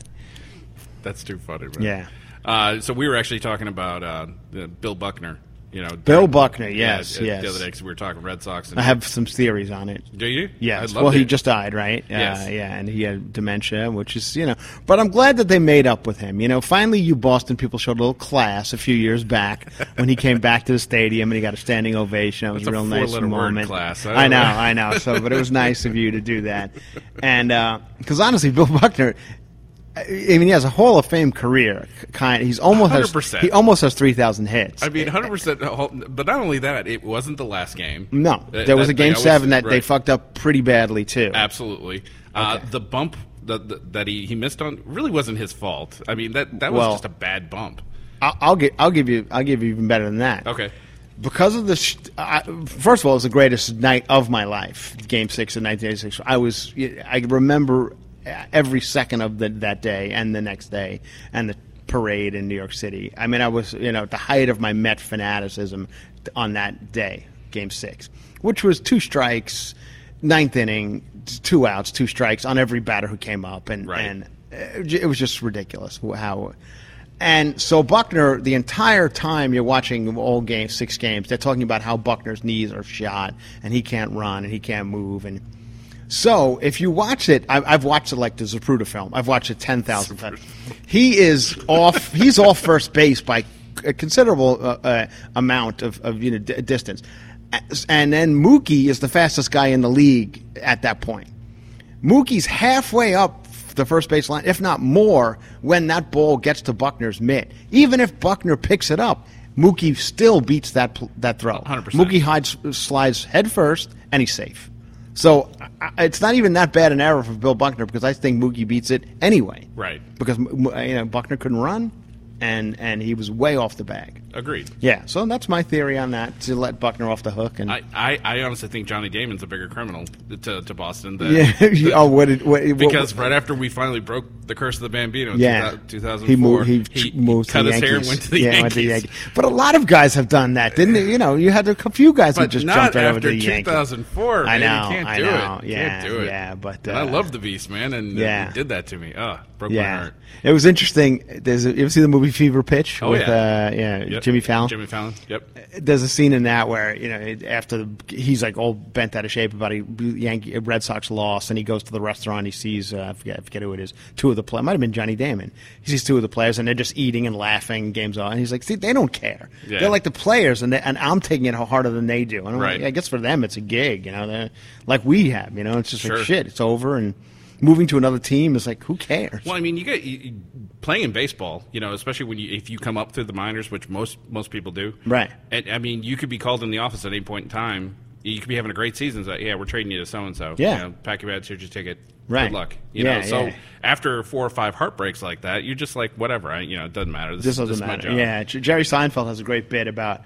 [SPEAKER 1] that's too funny. Man.
[SPEAKER 3] Yeah.
[SPEAKER 1] Uh, so we were actually talking about uh, the- Bill Buckner. You know,
[SPEAKER 3] Bill
[SPEAKER 1] during-
[SPEAKER 3] Buckner, yes,
[SPEAKER 1] yeah,
[SPEAKER 3] yes.
[SPEAKER 1] The other day 'cause we were talking Red Sox. And
[SPEAKER 3] I have some theories on it.
[SPEAKER 1] Do you? I'd
[SPEAKER 3] Yes.
[SPEAKER 1] love
[SPEAKER 3] Well,
[SPEAKER 1] to-
[SPEAKER 3] he just died, right?
[SPEAKER 1] Yes.
[SPEAKER 3] Uh, yeah, and he had dementia, which is you know. But I'm glad that they made up with him. You know, finally, you Boston people showed a little class a few years back when he came back to the stadium and he got a standing ovation. That was
[SPEAKER 1] That's a
[SPEAKER 3] real nice
[SPEAKER 1] four-letter word
[SPEAKER 3] moment.
[SPEAKER 1] class. I
[SPEAKER 3] I, know,
[SPEAKER 1] don't know.
[SPEAKER 3] I know. So, but it was nice of you to do that, and because honestly, Bill Buckner. I I mean, he has a Hall of Fame career. k- Kind, he's almost has
[SPEAKER 1] 100%.
[SPEAKER 3] he almost has three thousand hits.
[SPEAKER 1] I mean, hundred percent. uh, But not only that, it wasn't the last game.
[SPEAKER 3] no,
[SPEAKER 1] That-
[SPEAKER 3] there was
[SPEAKER 1] that-
[SPEAKER 3] a game
[SPEAKER 1] like, I
[SPEAKER 3] seven that they
[SPEAKER 1] right.
[SPEAKER 3] fucked up pretty badly too.
[SPEAKER 1] Absolutely. Uh,
[SPEAKER 3] Okay.
[SPEAKER 1] The bump that that- that he, he missed on really wasn't his fault. I mean that that was
[SPEAKER 3] Well-
[SPEAKER 1] just a bad bump.
[SPEAKER 3] I'll, I'll give I'll give you I'll give you even better than that.
[SPEAKER 1] Okay.
[SPEAKER 3] Because of the sh- I, first of all, it was the greatest night of my life. Game six in 1986. I was I remember every second of the, that day and the next day and the parade in New York City. I mean, I was you know at the height of my Met fanaticism on that day, Game six, which was two strikes, ninth inning, two outs, two strikes on every batter who came up, and
[SPEAKER 1] Right.
[SPEAKER 3] and it was just ridiculous how and so Buckner, the entire time you're watching all games, six games, they're talking about how Buckner's knees are shot and he can't run and he can't move. And so if you watch it, I, I've watched it like the Zapruder film. I've watched it ten thousand times. He is off. He's off first base by a considerable uh, uh, amount of, of you know d- distance, and then Mookie is the fastest guy in the league at that point. Mookie's halfway up the first base line, if not more, when that ball gets to Buckner's mitt. Even if Buckner picks it up, Mookie still beats that pl- that throw.
[SPEAKER 1] 100%.
[SPEAKER 3] Mookie hides, slides head first, and he's safe. So I- I- it's not even that bad an error for Bill Buckner because I think Mookie beats it anyway.
[SPEAKER 1] Right.
[SPEAKER 3] Because m- m- you know Buckner couldn't run, and and he was way off the bag.
[SPEAKER 1] Agreed.
[SPEAKER 3] Yeah, so that's my theory on that to let Buckner off the hook and
[SPEAKER 1] I, I, I honestly think Johnny Damon's a bigger criminal to, to Boston than
[SPEAKER 3] yeah. oh, what did what, what-
[SPEAKER 1] uh, because right after we finally broke the curse of the Bambino, in
[SPEAKER 3] yeah,
[SPEAKER 1] two thousand
[SPEAKER 3] he
[SPEAKER 1] four,
[SPEAKER 3] moved. He, ch- moved
[SPEAKER 1] cut
[SPEAKER 3] to the
[SPEAKER 1] his
[SPEAKER 3] Yankees.
[SPEAKER 1] hair and went to the
[SPEAKER 3] yeah,
[SPEAKER 1] Yankees.
[SPEAKER 3] Went to the Yankees. But a lot of guys have done that, didn't they? You know, you had a c- few guys who
[SPEAKER 1] But
[SPEAKER 3] just
[SPEAKER 1] not
[SPEAKER 3] jumped right over to
[SPEAKER 1] after
[SPEAKER 3] the Yankees.
[SPEAKER 1] 2004.
[SPEAKER 3] I
[SPEAKER 1] man.
[SPEAKER 3] know,
[SPEAKER 1] you can't
[SPEAKER 3] I
[SPEAKER 1] do
[SPEAKER 3] know.
[SPEAKER 1] it.
[SPEAKER 3] Yeah,
[SPEAKER 1] can't do it.
[SPEAKER 3] yeah, but,
[SPEAKER 1] And I
[SPEAKER 3] uh,
[SPEAKER 1] love the Beast, man, and
[SPEAKER 3] yeah.
[SPEAKER 1] yeah. he did that to me. Ah, broke my
[SPEAKER 3] Yeah,
[SPEAKER 1] heart.
[SPEAKER 3] it was interesting. There's a, you ever see the movie Fever Pitch
[SPEAKER 1] Oh,
[SPEAKER 3] with
[SPEAKER 1] yeah.
[SPEAKER 3] uh, yeah
[SPEAKER 1] Yep.
[SPEAKER 3] Jimmy Fallon?
[SPEAKER 1] Jimmy Fallon. Yep.
[SPEAKER 3] There's a scene in that where you know it- after the, he's like all bent out of shape about a Yankee Red Sox loss, and he goes to the restaurant. He sees uh, I forget I forget who it is. Two of the players might have been Johnny Damon. He sees two of the players, and they're just eating and laughing. Games on, and he's like, "See, they don't care.
[SPEAKER 1] Yeah.
[SPEAKER 3] They're like the players, and they, and I'm taking it harder than they do. And I'm like,
[SPEAKER 1] Right.
[SPEAKER 3] I guess for them, it's a gig, you know, they're- like we have. You know, it's just
[SPEAKER 1] Sure.
[SPEAKER 3] like shit. It's over, and moving to another team is like, who cares?
[SPEAKER 1] Well, I mean, you get you, you- playing in baseball, you know, especially when you if you come up through the minors, which most most people do.
[SPEAKER 3] Right.
[SPEAKER 1] And I mean, you could be called in the office at any point in time. You could be having a great season. It's like, yeah, we're trading you to so and so.
[SPEAKER 3] Yeah.
[SPEAKER 1] You know, pack your bags, here's your ticket.
[SPEAKER 3] Right.
[SPEAKER 1] Good luck. You
[SPEAKER 3] Yeah,
[SPEAKER 1] know, so
[SPEAKER 3] yeah.
[SPEAKER 1] after four or five heartbreaks like that, you're just like, whatever. I, you know, it doesn't matter. This,
[SPEAKER 3] This doesn't
[SPEAKER 1] this
[SPEAKER 3] matter.
[SPEAKER 1] Is my job.
[SPEAKER 3] Yeah, J- Jerry Seinfeld has a great bit about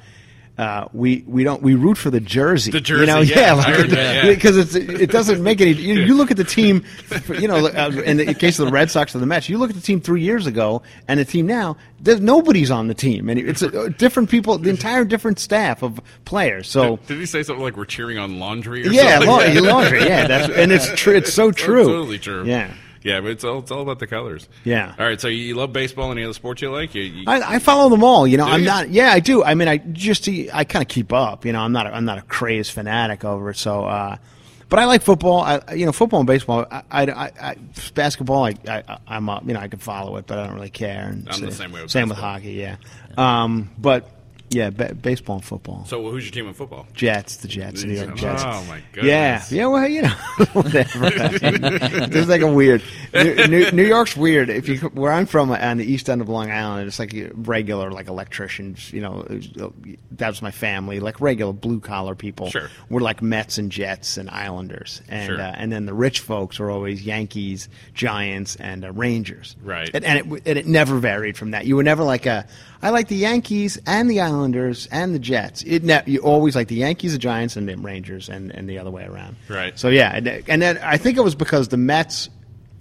[SPEAKER 3] uh, we we don't we root for the jersey.
[SPEAKER 1] The
[SPEAKER 3] you
[SPEAKER 1] jersey,
[SPEAKER 3] know?
[SPEAKER 1] yeah,
[SPEAKER 3] yeah,
[SPEAKER 1] I
[SPEAKER 3] like
[SPEAKER 1] heard that, yeah.
[SPEAKER 3] because it's it doesn't make any. You, you look at the team, you know, uh, in the case of the Red Sox or the Mets, you look at the team three years ago and the team now. There's nobody's on the team, and it's uh, different people, the entire different staff of players. So.
[SPEAKER 1] Did he say something like we're cheering on laundry? Or
[SPEAKER 3] Yeah,
[SPEAKER 1] something
[SPEAKER 3] laun-
[SPEAKER 1] like that?
[SPEAKER 3] laundry. Yeah, that's and it's true. It's so true.
[SPEAKER 1] Totally true.
[SPEAKER 3] Yeah,
[SPEAKER 1] Yeah, but it's all, it's all about the colors.
[SPEAKER 3] Yeah.
[SPEAKER 1] All right. So you love baseball? Any other sports you like? You, you,
[SPEAKER 3] I, I follow them all. You know,
[SPEAKER 1] Do
[SPEAKER 3] I'm
[SPEAKER 1] you?
[SPEAKER 3] not. Yeah, I do. I mean, I just see- I kind of keep up. You know, I'm not. A, I'm not a crazed fanatic over it. So, uh, but I like football. I, you know, football and baseball. I, I, I, I basketball. I, I, I'm. Uh, you know, I can follow it, but I don't really care. And
[SPEAKER 1] I'm the
[SPEAKER 3] so-
[SPEAKER 1] same way with
[SPEAKER 3] same with
[SPEAKER 1] basketball.
[SPEAKER 3] hockey. Yeah. Um, but yeah, ba- baseball and football.
[SPEAKER 1] so who's your team in football?
[SPEAKER 3] Jets, the Jets, the New York
[SPEAKER 1] Oh,
[SPEAKER 3] Jets.
[SPEAKER 1] my
[SPEAKER 3] Yeah,
[SPEAKER 1] goodness.
[SPEAKER 3] yeah. Well, you know, whatever. this is like a weird. New, New, New York's weird. If you where I'm from on the east end of Long Island, it's like regular like electricians. You know, that was my family. Like regular blue collar people.
[SPEAKER 1] Sure.
[SPEAKER 3] We're like Mets and Jets and Islanders, and
[SPEAKER 1] Sure.
[SPEAKER 3] uh, and then the rich folks are always Yankees, Giants, and uh, Rangers.
[SPEAKER 1] Right.
[SPEAKER 3] And, and it and it never varied from that. You were never like a I like the Yankees and the Islanders and the Jets. It ne- you always like the Yankees, the Giants, and the Rangers, and, and the other way around.
[SPEAKER 1] Right.
[SPEAKER 3] So yeah, and, and then I think it was because the Mets,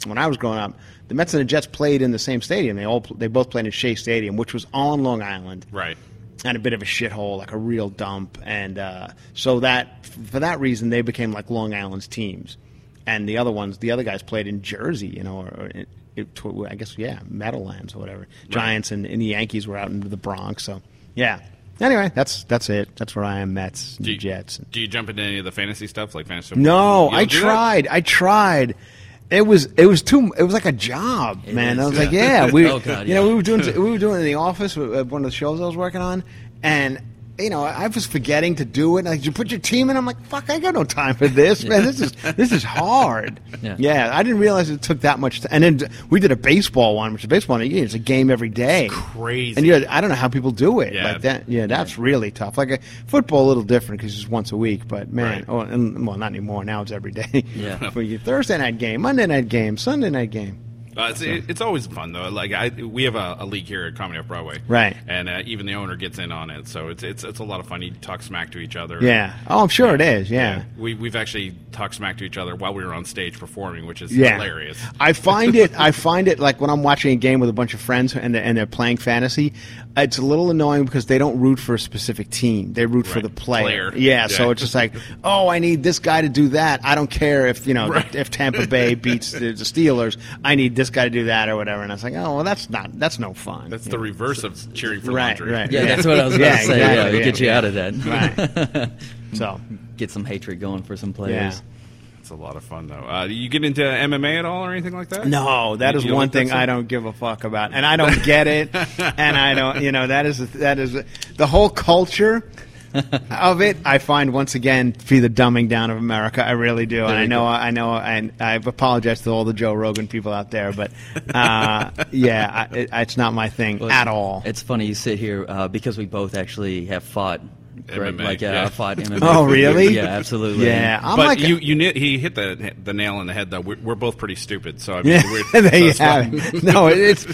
[SPEAKER 3] when I was growing up, the Mets and the Jets played in the same stadium. They all pl- they both played in Shea Stadium, which was on Long Island
[SPEAKER 1] Right.
[SPEAKER 3] and a bit of a shithole, like a real dump. And uh, so that for that reason, they became like Long Island's teams. And the other ones, the other guys played in Jersey, you know, or, or it, it, tw- I guess yeah, Meadowlands or whatever. Giants and, and the Yankees were out into the Bronx, so yeah. Anyway, that's that's it. That's where I am. Mets, and
[SPEAKER 1] Do you,
[SPEAKER 3] Jets.
[SPEAKER 1] do you jump into any of the fantasy stuff like fantasy?
[SPEAKER 3] No,
[SPEAKER 1] You don't
[SPEAKER 3] I
[SPEAKER 1] do that?
[SPEAKER 3] tried. I tried. It was it was too. It was like a job, man.
[SPEAKER 2] is,
[SPEAKER 3] I was
[SPEAKER 2] yeah.
[SPEAKER 3] like, yeah, we,
[SPEAKER 2] Oh, God,
[SPEAKER 3] you know,
[SPEAKER 2] yeah.
[SPEAKER 3] we were doing we were doing it in the office with- at one of the shows I was working on, and you know, I was forgetting to do it. And I, you put your team in. I'm like, fuck, I got no time for this, man. This is this is hard.
[SPEAKER 2] Yeah.
[SPEAKER 3] I didn't realize it took that much. time. And then d- we did a baseball one, which is baseball. you know, It's a game every day.
[SPEAKER 1] crazy.
[SPEAKER 3] And you know, I don't know how people do it
[SPEAKER 1] Yeah.
[SPEAKER 3] like that. Yeah, that's really tough. Like a, football, a little different because it's once a week. But man,
[SPEAKER 1] Right.
[SPEAKER 3] oh, and, well, not anymore. Now it's every day.
[SPEAKER 2] Yeah.
[SPEAKER 3] For your Thursday night game, Monday night game, Sunday night game.
[SPEAKER 1] Uh, it's, it- it's always fun though. Like I, we have a, a league here at Comedy Off Broadway,
[SPEAKER 3] Right.
[SPEAKER 1] And uh, even the owner gets in on it, so it's it's it's a lot of fun. You talk smack to each other.
[SPEAKER 3] Yeah. Oh, I'm sure it is. Yeah.
[SPEAKER 1] We we've actually talked smack to each other while we were on stage performing, which is
[SPEAKER 3] Yeah.
[SPEAKER 1] hilarious.
[SPEAKER 3] I find it. I find it like when I'm watching a game with a bunch of friends and they're, and they're playing fantasy. It's a little annoying because they don't root for a specific team. They root for
[SPEAKER 1] Right.
[SPEAKER 3] the player.
[SPEAKER 1] Player.
[SPEAKER 3] Yeah, So
[SPEAKER 1] Yeah.
[SPEAKER 3] it's just like, oh, I need this guy to do that. I don't care if you know
[SPEAKER 1] Right.
[SPEAKER 3] if Tampa Bay beats the, the Steelers. I need this guy to do that or whatever. And I was like, oh, well, that's not that's no fun.
[SPEAKER 1] That's the reverse of cheering for
[SPEAKER 3] Right,
[SPEAKER 1] laundry.
[SPEAKER 3] right.
[SPEAKER 2] Yeah,
[SPEAKER 3] Yeah.
[SPEAKER 2] that's what I was
[SPEAKER 3] Yeah,
[SPEAKER 2] going to say.
[SPEAKER 3] exactly,
[SPEAKER 2] yeah, we
[SPEAKER 3] yeah,
[SPEAKER 2] get you
[SPEAKER 3] yeah.
[SPEAKER 2] out of that.
[SPEAKER 3] Right. so
[SPEAKER 2] Get some hatred going for some
[SPEAKER 3] yeah.
[SPEAKER 2] players.
[SPEAKER 1] It's a lot of fun though. Uh, do you get into MMA at all or anything like that?
[SPEAKER 3] No, that
[SPEAKER 1] You-
[SPEAKER 3] is
[SPEAKER 1] you don't
[SPEAKER 3] one
[SPEAKER 1] think
[SPEAKER 3] thing
[SPEAKER 1] that's
[SPEAKER 3] I
[SPEAKER 1] it?
[SPEAKER 3] don't give a fuck about, and I don't get it, and I don't, you know, that is that is the whole culture of it. I find once again to be the dumbing down of America. I really do, and I
[SPEAKER 2] you
[SPEAKER 3] know,
[SPEAKER 2] go.
[SPEAKER 3] I know, and I apologize to all the Joe Rogan people out there, but uh, yeah, I, it, it's not my thing
[SPEAKER 2] Well,
[SPEAKER 3] at all.
[SPEAKER 2] It's funny you sit here uh, because we both actually have fought Greg.
[SPEAKER 1] MMA,
[SPEAKER 2] Like, yeah,
[SPEAKER 1] yeah.
[SPEAKER 2] I fought MMA.
[SPEAKER 3] Oh, really?
[SPEAKER 2] Yeah, absolutely.
[SPEAKER 3] Yeah, I'm
[SPEAKER 1] but
[SPEAKER 3] like
[SPEAKER 1] you, you ni- he hit the the nail on the head though. We're, we're both pretty stupid, so I mean,
[SPEAKER 3] Yeah,
[SPEAKER 1] we're,
[SPEAKER 3] there you
[SPEAKER 1] that's why-
[SPEAKER 3] have it. No, it- it's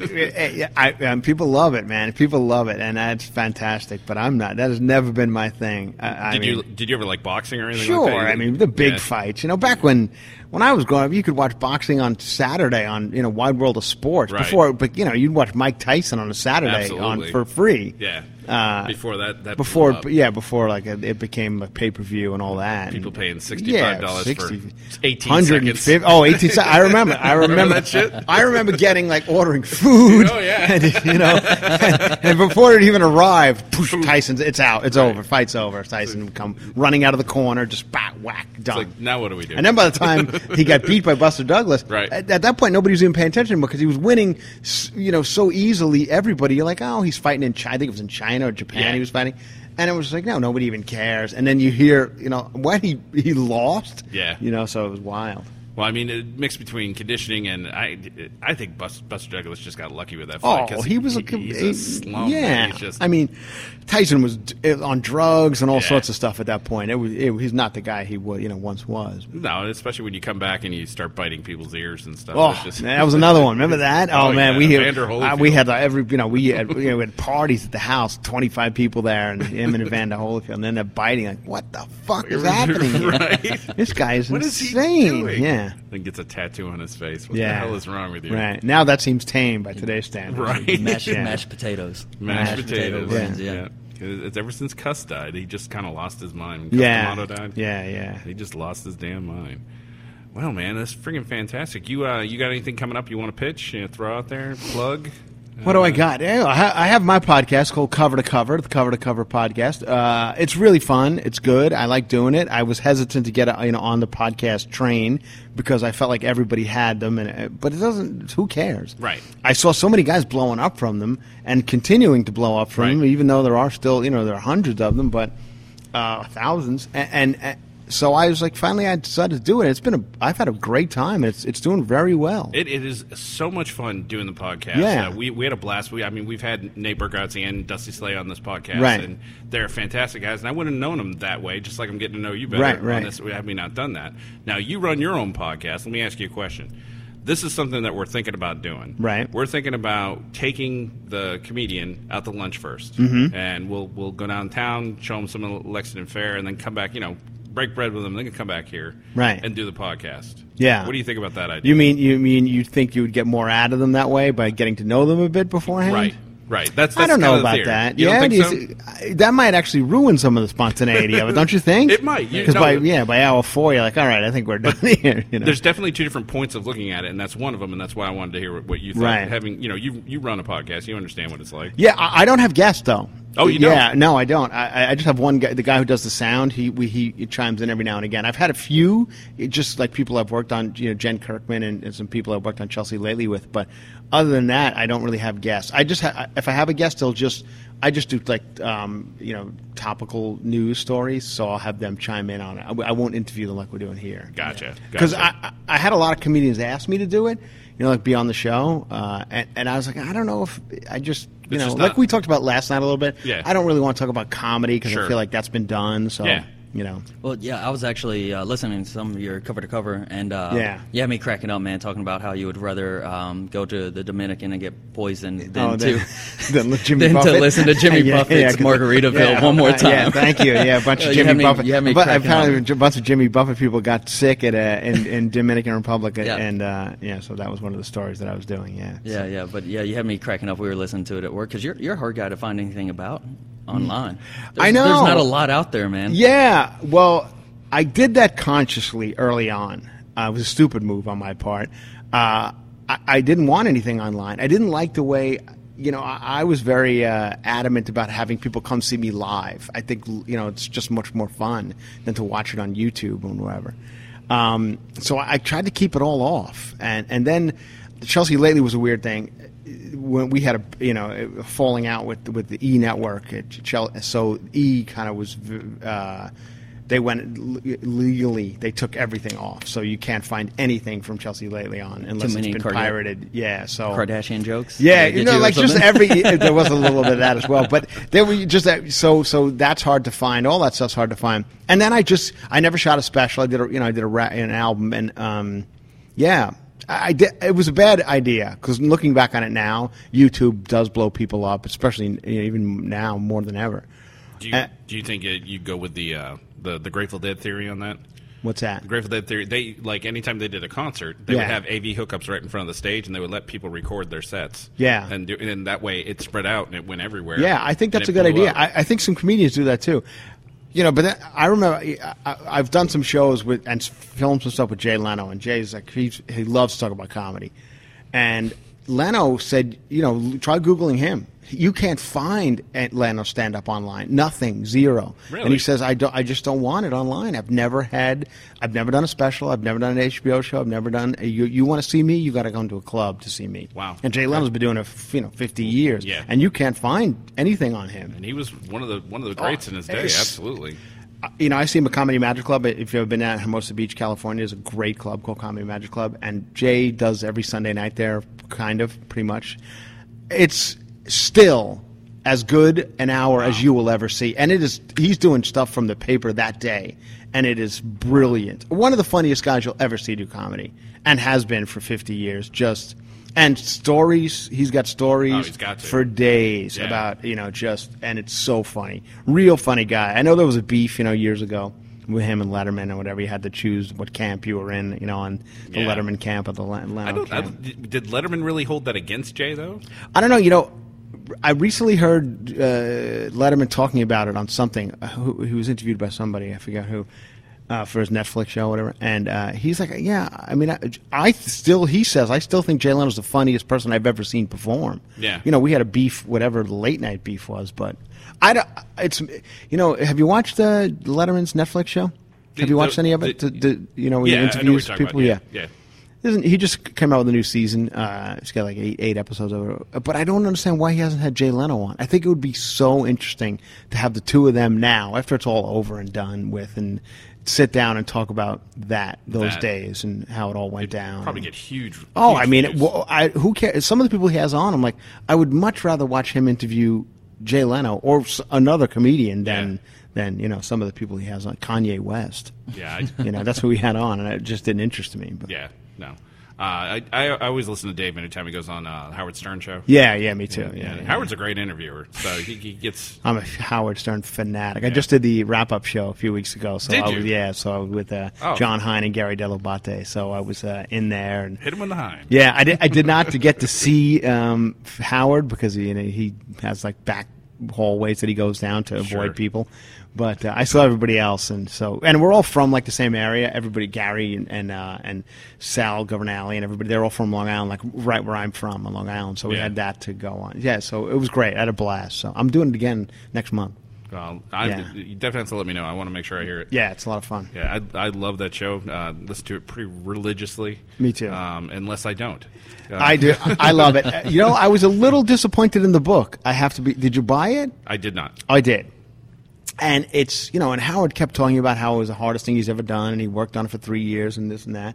[SPEAKER 3] I, I, I, um, people love it, man. People love it, and that's fantastic. But I'm not. That has never been my thing. I, I
[SPEAKER 1] Did
[SPEAKER 3] mean,
[SPEAKER 1] you did you ever like boxing or anything?
[SPEAKER 3] Sure,
[SPEAKER 1] like that?
[SPEAKER 3] I mean the big
[SPEAKER 1] Yeah.
[SPEAKER 3] fights. You know, back when when I was growing up, you could watch boxing on Saturday on you know Wide World of Sports
[SPEAKER 1] Right.
[SPEAKER 3] before, but you know you'd watch Mike Tyson on a Saturday
[SPEAKER 1] Absolutely.
[SPEAKER 3] on for free.
[SPEAKER 1] Yeah.
[SPEAKER 3] Uh,
[SPEAKER 1] before that, that
[SPEAKER 3] before
[SPEAKER 1] blew up.
[SPEAKER 3] yeah, before like it, it became a pay per view and all that.
[SPEAKER 1] People
[SPEAKER 3] And-
[SPEAKER 1] paying
[SPEAKER 3] yeah,
[SPEAKER 1] $65 for
[SPEAKER 3] 60,
[SPEAKER 1] 18
[SPEAKER 3] 150
[SPEAKER 1] seconds.
[SPEAKER 3] Oh, 18 seconds. I remember. I remember,
[SPEAKER 1] that shit?
[SPEAKER 3] I remember getting like ordering food.
[SPEAKER 1] Oh, yeah.
[SPEAKER 3] and, you know, and, before it even arrived, poosh, Tyson's. It's out. It's over. Fight's over. Tyson would come running out of the corner, just bat whack done.
[SPEAKER 1] Like, now what do we do?
[SPEAKER 3] And then by the time he got beat by Buster Douglas,
[SPEAKER 1] Right.
[SPEAKER 3] at, at that point nobody was even paying attention because he was winning, s- you know, so easily. Everybody, you're like, oh, he's fighting in China. I think it was in China or Japan.
[SPEAKER 1] Yeah.
[SPEAKER 3] He was fighting, and it was like, no, nobody even cares. And then you hear, you know, what he he lost.
[SPEAKER 1] Yeah.
[SPEAKER 3] you know, so it was wild.
[SPEAKER 1] well, I mean, it mixed between conditioning and I. I think Buster, Buster Douglas just got lucky with that
[SPEAKER 3] Oh,
[SPEAKER 1] fight. 'cause
[SPEAKER 3] he was a, com-
[SPEAKER 1] he's
[SPEAKER 3] he-
[SPEAKER 1] a slump.
[SPEAKER 3] yeah.
[SPEAKER 1] He's just,
[SPEAKER 3] I mean, Tyson was d- eh, on drugs and all
[SPEAKER 1] Yeah.
[SPEAKER 3] sorts of stuff at that point. It was it, he's not the guy he would you know once was.
[SPEAKER 1] no, and especially when you come back and you start biting people's ears and stuff.
[SPEAKER 3] Oh,
[SPEAKER 1] it's just-
[SPEAKER 3] man, that was another one. Remember that? Oh,
[SPEAKER 1] Oh,
[SPEAKER 3] man,
[SPEAKER 1] yeah,
[SPEAKER 3] we had
[SPEAKER 1] Evander
[SPEAKER 3] uh,
[SPEAKER 1] Holyfield.
[SPEAKER 3] we had uh, every you know we had, you know, we had parties at the house, twenty five people there, and him and Evander Holyfield, and then they're biting like, what the fuck is happening? here?
[SPEAKER 1] Right.
[SPEAKER 3] This guy is
[SPEAKER 1] What is he
[SPEAKER 3] insane.
[SPEAKER 1] doing?
[SPEAKER 3] Yeah,
[SPEAKER 1] Then gets a tattoo on his face. What
[SPEAKER 3] yeah.
[SPEAKER 1] the hell is wrong with you?
[SPEAKER 3] Right now, that seems tame by today's standards.
[SPEAKER 1] Right.
[SPEAKER 2] Mashed,
[SPEAKER 3] Yeah.
[SPEAKER 2] mashed potatoes.
[SPEAKER 1] Mashed, potatoes.
[SPEAKER 2] wins,
[SPEAKER 1] Yeah.
[SPEAKER 2] Yeah.
[SPEAKER 1] It's- It's ever since Cuss died, he just kind of lost his mind. Cuss
[SPEAKER 3] Yeah.
[SPEAKER 1] D'Amato died.
[SPEAKER 3] Yeah. Yeah.
[SPEAKER 1] He just lost his damn mind. Well, man, that's freaking fantastic. You uh, you got anything coming up you want to pitch? You know, throw out there, plug.
[SPEAKER 3] What do I got? Eh, I ha- I have my podcast called Cover to Cover, the Cover to Cover podcast. Uh, it's really fun. It's good. I like doing it. I was hesitant to get uh, you know on the podcast train because I felt like everybody had them, and uh, but it doesn't. Who cares?
[SPEAKER 1] Right.
[SPEAKER 3] I saw so many guys blowing up from them and continuing to blow up from
[SPEAKER 1] Right.
[SPEAKER 3] them, even though there are still you know there are hundreds of them, but uh, thousands. And, and, and so I was like, finally, I decided to do it. It's been a. I've had a great time. It's it's doing very well.
[SPEAKER 1] It, it is so much fun doing the podcast.
[SPEAKER 3] Yeah.
[SPEAKER 1] Uh, we, we had a blast. We, I mean, we've had Nate Bergazzi and Dusty Slay on this podcast,
[SPEAKER 3] Right.
[SPEAKER 1] and they're fantastic guys. And I wouldn't have known them that way, just like I'm getting to know you better.
[SPEAKER 3] Right,
[SPEAKER 1] on
[SPEAKER 3] right.
[SPEAKER 1] This, had we not done that. Now, you run your own podcast. Let me ask you a question. This is something that we're thinking about doing.
[SPEAKER 3] Right.
[SPEAKER 1] We're thinking about taking the comedian out to lunch 1st
[SPEAKER 3] Mm-hmm.
[SPEAKER 1] and we'll we'll go downtown, show him some of the Lexington Fair, and then come back. You know, break bread with them, then come back here,
[SPEAKER 3] Right.
[SPEAKER 1] and do the podcast.
[SPEAKER 3] Yeah.
[SPEAKER 1] What do you think about that idea?
[SPEAKER 3] You mean you mean you think you would get more out of them that way by getting to know them a bit beforehand?
[SPEAKER 1] Right, right. That's, that's
[SPEAKER 3] I don't
[SPEAKER 1] kinda
[SPEAKER 3] know
[SPEAKER 1] the
[SPEAKER 3] about
[SPEAKER 1] theory.
[SPEAKER 3] that.
[SPEAKER 1] You
[SPEAKER 3] yeah,
[SPEAKER 1] don't
[SPEAKER 3] do
[SPEAKER 1] think
[SPEAKER 3] you see- I- that might actually ruin some of the spontaneity of it, don't you think?
[SPEAKER 1] It might. You-
[SPEAKER 3] Because
[SPEAKER 1] no,
[SPEAKER 3] by
[SPEAKER 1] but-
[SPEAKER 3] yeah, by hour four, you're like, all right, I think we're done here. You know?
[SPEAKER 1] There's definitely two different points of looking at it, and that's one of them, and that's why I wanted to hear what, what you thought.
[SPEAKER 3] Right.
[SPEAKER 1] Having you know, you you run a podcast, you understand what it's like.
[SPEAKER 3] Yeah, I, I don't have guests though.
[SPEAKER 1] Oh, you
[SPEAKER 3] Yeah,
[SPEAKER 1] don't?
[SPEAKER 3] no, I don't. I, I- I just have one guy, the guy who does the sound. He we, he, chimes in every now and again. I've had a few, it just like people I've worked on, you know, Jen Kirkman and, and some people I've worked on Chelsea lately with. But other than that, I don't really have guests. I just ha- if I have a guest, they'll just I just do like um, you know topical news stories, so I'll have them chime in on it. I, w- I won't interview them like we're doing here.
[SPEAKER 1] Gotcha.
[SPEAKER 3] Because
[SPEAKER 1] Gotcha.
[SPEAKER 3] I, I I had a lot of comedians ask me to do it, you know, like be on the show, uh, and and I was like, I don't know if I just
[SPEAKER 1] It's
[SPEAKER 3] you know,
[SPEAKER 1] just
[SPEAKER 3] like
[SPEAKER 1] not-
[SPEAKER 3] we talked about last night a little bit.
[SPEAKER 1] Yeah.
[SPEAKER 3] I don't really want to talk about comedy because
[SPEAKER 1] Sure.
[SPEAKER 3] I feel like that's been done. So
[SPEAKER 1] Yeah.
[SPEAKER 3] you know,
[SPEAKER 2] Well, yeah, I was actually uh, listening to some of your cover to cover, and uh,
[SPEAKER 3] Yeah.
[SPEAKER 2] you had me cracking up, man, talking about how you would rather um, go to the Dominican and get poisoned than
[SPEAKER 3] Oh,
[SPEAKER 2] to
[SPEAKER 3] then- then li- Jimmy
[SPEAKER 2] than to
[SPEAKER 3] Buffett.
[SPEAKER 2] listen to Jimmy
[SPEAKER 3] Yeah, yeah,
[SPEAKER 2] Buffett's
[SPEAKER 3] 'cause-
[SPEAKER 2] Margaritaville
[SPEAKER 3] yeah,
[SPEAKER 2] one more
[SPEAKER 3] uh,
[SPEAKER 2] time. Oh,
[SPEAKER 3] Yeah, thank you. Yeah, a bunch
[SPEAKER 2] You
[SPEAKER 3] of
[SPEAKER 2] had
[SPEAKER 3] Jimmy
[SPEAKER 2] me-
[SPEAKER 3] Buffett.
[SPEAKER 2] you had me
[SPEAKER 3] but
[SPEAKER 2] cracking
[SPEAKER 3] apparently,
[SPEAKER 2] up.
[SPEAKER 3] a bunch of Jimmy Buffett people got sick at uh, in, in Dominican Republic,
[SPEAKER 2] Yeah.
[SPEAKER 3] and uh, yeah, so that was one of the stories that I was doing. Yeah.
[SPEAKER 2] Yeah, yeah, but yeah, you had me cracking up. We were listening to it at work because you're you're a hard guy to find anything about online. There's-
[SPEAKER 3] I know.
[SPEAKER 2] there's not a lot out there, man.
[SPEAKER 3] Yeah. Well, I did that consciously early on. Uh, it was a stupid move on my part. Uh, I, I didn't want anything online. I didn't like the way, you know, I, I was very uh, adamant about having people come see me live. I think, you know, it's just much more fun than to watch it on YouTube and wherever. Um, so I, I tried to keep it all off. And, and then Chelsea lately was a weird thing when we had a you know a falling out with with the E network, it, Chel- so E kind of was uh, they went l- legally. They took everything off, so you can't find anything from Chelsea lately on unless it's
[SPEAKER 2] many
[SPEAKER 3] been
[SPEAKER 2] Karda-
[SPEAKER 3] pirated. Yeah, so
[SPEAKER 2] Kardashian jokes.
[SPEAKER 3] yeah,
[SPEAKER 2] They
[SPEAKER 3] you
[SPEAKER 2] get
[SPEAKER 3] know,
[SPEAKER 2] or
[SPEAKER 3] like just
[SPEAKER 2] something?
[SPEAKER 3] every there was a little bit of that as well, but there were just that, so so that's hard to find. All that stuff's hard to find. And then I just I never shot a special. I did a, you know I did a ra- an album and um yeah I I did, it was a bad idea because looking back on it now, YouTube does blow people up, especially you know, even now more than ever.
[SPEAKER 1] Do you,
[SPEAKER 3] Uh,
[SPEAKER 1] do you think it, you go with the, uh, the the Grateful Dead theory on that?
[SPEAKER 3] What's that?
[SPEAKER 1] The Grateful Dead theory. They like anytime they did a concert, they would
[SPEAKER 3] Yeah.
[SPEAKER 1] have AV hookups right in front of the stage, and they would let people record their sets.
[SPEAKER 3] Yeah.
[SPEAKER 1] and do, and then that way it spread out and it went everywhere.
[SPEAKER 3] Yeah, I think
[SPEAKER 1] and
[SPEAKER 3] that's
[SPEAKER 1] it
[SPEAKER 3] a good
[SPEAKER 1] blew
[SPEAKER 3] idea.
[SPEAKER 1] up.
[SPEAKER 3] I, I think some comedians do that too. You know, but then, I remember I, I, I've done some shows with and s- filmed some stuff with Jay Leno, and Jay's like he's, he loves to talk about comedy, and Leno said, you know, l- try googling him. You can't find at Leno stand up online. Nothing, zero. And
[SPEAKER 1] Really?
[SPEAKER 3] he says, I don't, I just don't want it online. I've never had, I've never done a special. I've never done an HBO show. I've never done. A, you you want to see me? You got to go into a club to see me.
[SPEAKER 1] Wow.
[SPEAKER 3] And Jay Leno's been doing it, f- you know, fifty years.
[SPEAKER 1] Yeah.
[SPEAKER 3] And you can't find anything on him.
[SPEAKER 1] and he was one of the one of the greats in his day.
[SPEAKER 3] it's-
[SPEAKER 1] Absolutely.
[SPEAKER 3] Uh, You know, I see him at Comedy Magic Club. If you've ever been at Hermosa Beach, California, is a great club called Comedy Magic Club, and Jay does every Sunday night there, kind of, pretty much. It's still as good an hour as you will ever see, and it is. He's doing stuff from the paper that day, and it is brilliant. One of the funniest guys you'll ever see do comedy, and has been for fifty years. Just and stories. He's got stories
[SPEAKER 1] Oh, he's got to.
[SPEAKER 3] for days
[SPEAKER 1] Yeah.
[SPEAKER 3] about you know just and it's so funny real funny guy i know there was a beef you know years ago with him and letterman or whatever you had to choose what camp you were in you know on the
[SPEAKER 1] Yeah.
[SPEAKER 3] letterman camp or the Le- Leno
[SPEAKER 1] I don't, I,
[SPEAKER 3] camp
[SPEAKER 1] don't- did did Letterman really hold that against Jay though?
[SPEAKER 3] I don't know. You know, I recently heard uh, Letterman talking about it on something. Uh, who, he was interviewed by somebody, I forgot who, uh, for his Netflix show, or whatever. And uh, he's like, "Yeah, I mean, I, I still," he says, "I still think Jay Leno's the funniest person I've ever seen perform."
[SPEAKER 1] Yeah.
[SPEAKER 3] You know, we had a beef, whatever the late night beef was, but I don't. It's you know, have you watched uh, Letterman's Netflix show? Have
[SPEAKER 1] the-
[SPEAKER 3] you watched any of
[SPEAKER 1] the-
[SPEAKER 3] it? The, the- you know, when he
[SPEAKER 1] Yeah, I know what
[SPEAKER 3] interviews
[SPEAKER 1] you're talking
[SPEAKER 3] people.
[SPEAKER 1] about, yeah,
[SPEAKER 3] yeah,
[SPEAKER 1] yeah.
[SPEAKER 3] isn't, he just came out with a new season. Uh, it's got like eight, eight episodes of it. But I don't understand why he hasn't had Jay Leno on. I think it would be so interesting to have the two of them now, after it's all over and done with, and sit down and talk about that those
[SPEAKER 1] That.
[SPEAKER 3] days and how it all went down.
[SPEAKER 1] Probably get huge.
[SPEAKER 3] Oh,
[SPEAKER 1] huge
[SPEAKER 3] I mean,
[SPEAKER 1] views.
[SPEAKER 3] well, I, who cares? Some of the people he has on, I'm like, I would much rather watch him interview Jay Leno or s- another comedian than
[SPEAKER 1] Yeah.
[SPEAKER 3] than you know some of the people he has on Kanye West.
[SPEAKER 1] yeah, I,
[SPEAKER 3] You know, that's who he had on, and it just didn't interest me. But.
[SPEAKER 1] yeah, no. Uh, I, I I always listen to Dave anytime he goes on uh, Howard Stern show.
[SPEAKER 3] Yeah, yeah, me too. Yeah, yeah.
[SPEAKER 1] Howard's a great interviewer, so he, he gets.
[SPEAKER 3] I'm a Howard Stern fanatic. I just did the wrap up show a few weeks ago. So
[SPEAKER 1] Did
[SPEAKER 3] I
[SPEAKER 1] you?
[SPEAKER 3] was, yeah, so I was with uh,
[SPEAKER 1] Oh.
[SPEAKER 3] John Hine and Gary Delabate. So I was uh, in there and
[SPEAKER 1] Hit him in the high.
[SPEAKER 3] yeah, I did. I did not to get to see um, Howard because you know he has like back hallways that he goes down to avoid
[SPEAKER 1] Sure.
[SPEAKER 3] people. But uh, I saw everybody else, and so and we're all from like the same area. Everybody, Gary and and, uh, and Sal Governale and everybody, they're all from Long Island, like right where I'm from on Long Island. So we
[SPEAKER 1] Yeah.
[SPEAKER 3] had that to go on. Yeah, so it was great. I had a blast. So I'm doing it again next month.
[SPEAKER 1] Well, I,
[SPEAKER 3] Yeah.
[SPEAKER 1] you definitely have to let me know. I want to make sure I hear it.
[SPEAKER 3] Yeah, it's a lot of fun.
[SPEAKER 1] Yeah, I, I love that show. Uh, listen to it pretty religiously.
[SPEAKER 3] Me too.
[SPEAKER 1] Um, unless I don't. Uh,
[SPEAKER 3] I do. I love it. Uh, You know, I was a little disappointed in the book. I have to be. Did you buy it?
[SPEAKER 1] I did not.
[SPEAKER 3] I did. And it's, you know, and Howard kept talking about how it was the hardest thing he's ever done, and he worked on it for three years and this and that.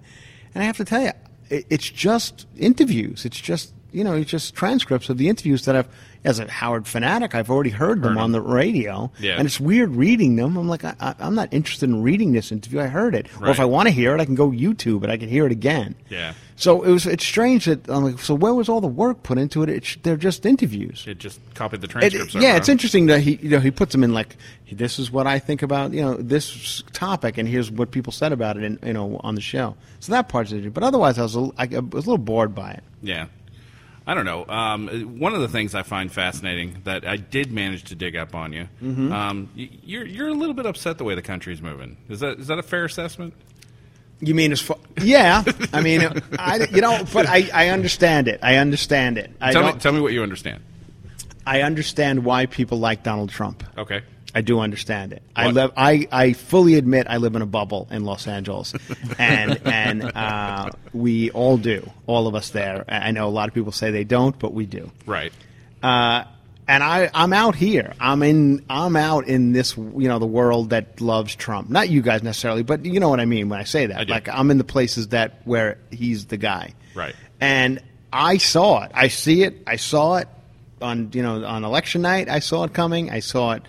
[SPEAKER 3] And I have to tell you, it, it's just interviews. It's just, you know, it's just transcripts of the interviews that I've, as a Howard fanatic, I've already heard them on the radio.
[SPEAKER 1] Yeah.
[SPEAKER 3] And it's weird reading them. I'm like, I, I, I'm not interested in reading this interview. I heard it. Or if
[SPEAKER 1] Right.
[SPEAKER 3] I want to hear it, I can go YouTube and I can hear it again.
[SPEAKER 1] Yeah.
[SPEAKER 3] So it was, it's strange that, I'm like, so where was all the work put into it? It's, they're just interviews.
[SPEAKER 1] It just copied the
[SPEAKER 3] It-
[SPEAKER 1] transcripts.
[SPEAKER 3] yeah,
[SPEAKER 1] over.
[SPEAKER 3] it's interesting that he you know he puts them in like this is what I think about you know this topic and here's what people said about it in, you know on the show. So that part's interesting, but otherwise I was a, l- I I was a little bored by it.
[SPEAKER 1] Yeah. I don't know. Um, one of the things I find fascinating that I did manage to dig up on you,
[SPEAKER 3] Mm-hmm.
[SPEAKER 1] um, y- you're you're a little bit upset the way the country's moving. Is that is that a fair assessment?
[SPEAKER 3] You mean as far? Yeah, I mean I you know, but I, I understand it. I understand it. I
[SPEAKER 1] Tell me,
[SPEAKER 3] don't.
[SPEAKER 1] tell me what you understand.
[SPEAKER 3] I understand why people like Donald Trump.
[SPEAKER 1] Okay.
[SPEAKER 3] I do understand it. I
[SPEAKER 1] What?
[SPEAKER 3] live. I, I fully admit I live in a bubble in Los Angeles, and and uh, we all do. All of us there. I I know a lot of people say they don't, but we do.
[SPEAKER 1] Right.
[SPEAKER 3] Uh, and I, I'm out here. I'm in. I'm out in this. You know, the world that loves Trump. Not you guys necessarily, but you know what I mean when I say that.
[SPEAKER 1] I do.
[SPEAKER 3] like I'm in the places that where he's the guy.
[SPEAKER 1] Right.
[SPEAKER 3] And I saw it. I see it. I saw it on you know on election night. I saw it coming. I saw it.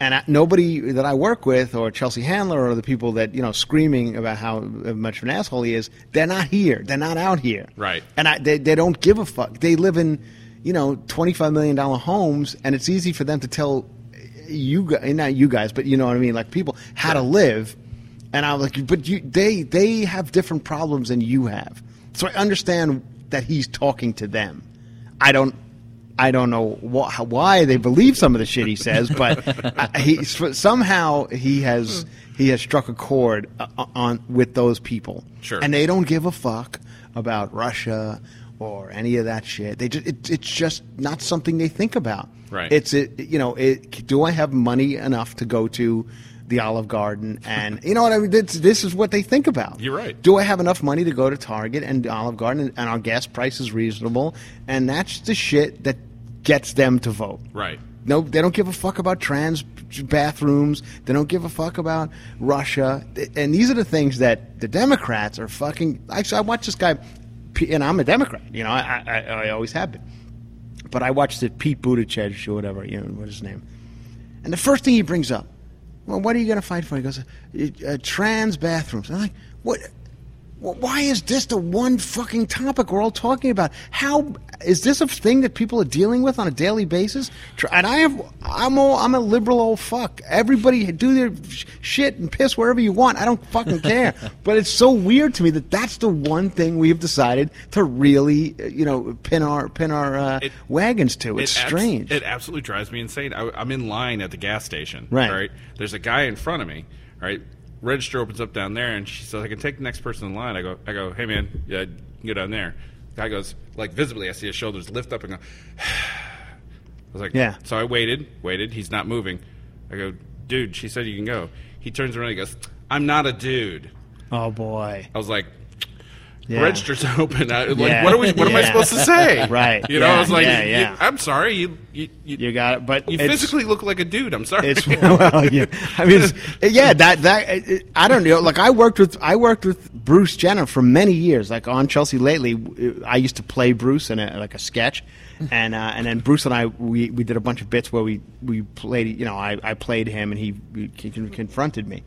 [SPEAKER 3] And I, nobody that I work with, or Chelsea Handler, or the people that you know screaming about how much of an asshole he is, they're not here. They're not out here.
[SPEAKER 1] Right.
[SPEAKER 3] And I, they, they don't give a fuck. They live in, you know, $25 million homes, and it's easy for them to tell you guys, not you guys, but you know what I mean, like people, how to live. And I'm like, but you, they, they have different problems than you have. So I understand that he's talking to them. I don't. I don't know wh- how, why they believe some of the shit he says, but I, he, s- somehow he has he has struck a chord uh, on with those people,
[SPEAKER 1] Sure.
[SPEAKER 3] and they don't give a fuck about Russia or any of that shit. They just it, it's just not something they think about.
[SPEAKER 1] Right.
[SPEAKER 3] It's it, you know it, do I have money enough to go to the Olive Garden and you know what I mean? This, this is what they think about.
[SPEAKER 1] You're right.
[SPEAKER 3] Do I have enough money to go to Target and Olive Garden and our gas price is reasonable? And that's the shit that gets them to vote.
[SPEAKER 1] Right.
[SPEAKER 3] No, they don't give a fuck about trans bathrooms. They don't give a fuck about Russia. And these are the things that the Democrats are fucking. Actually, I watch this guy, P- and I'm a Democrat. You know, I, I, I always have been. But I watched the Pete Buttigieg or whatever. You know, what's his name? And the first thing he brings up, well, what are you going to fight for? He goes, uh, uh, trans bathrooms. I'm like, what? wh- Why is this the one fucking topic we're all talking about? How is this a thing that people are dealing with on a daily basis? Tr- And I have, I'm all, I'm a liberal old fuck. Everybody do their sh- shit and piss wherever you want. I don't fucking care. but it's so weird to me that that's the one thing we've decided to really, uh, you know, pin our pin our uh,
[SPEAKER 1] It-
[SPEAKER 3] wagons to. It's
[SPEAKER 1] it abs-
[SPEAKER 3] strange.
[SPEAKER 1] it absolutely drives me insane. I, I'm in line at the gas station.
[SPEAKER 3] Right.
[SPEAKER 1] There's a guy in front of me. Right. Register opens up down there, and she says, "I can take the next person in line." I go, "I go, hey man, yeah, you can go down there." Guy goes, like visibly, I see his shoulders lift up and go. I was like,
[SPEAKER 3] Yeah.
[SPEAKER 1] So I waited, waited. He's not moving. I go, dude. She said you can go. He turns around. and He goes, I'm not a dude.
[SPEAKER 3] oh boy.
[SPEAKER 1] I was like,
[SPEAKER 3] Yeah.
[SPEAKER 1] registers open. I, like,
[SPEAKER 3] Yeah.
[SPEAKER 1] what are we? What am I
[SPEAKER 3] Yeah.
[SPEAKER 1] supposed to say?
[SPEAKER 3] Right.
[SPEAKER 1] You know,
[SPEAKER 3] Yeah,
[SPEAKER 1] I was like,
[SPEAKER 3] yeah,
[SPEAKER 1] you-
[SPEAKER 3] yeah.
[SPEAKER 1] I'm sorry. You you you,
[SPEAKER 3] You got it, but
[SPEAKER 1] you
[SPEAKER 3] it's-
[SPEAKER 1] physically look like a dude. I'm sorry.
[SPEAKER 3] It's well, yeah. I mean, it's, yeah. That that it- it- I don't know. Like I worked with I worked with Bruce Jenner for many years. Like on Chelsea lately, I used to play Bruce in a, like a sketch, and uh, and then Bruce and I we, we did a bunch of bits where we we played. You know, I, I played him and he, he con- confronted me.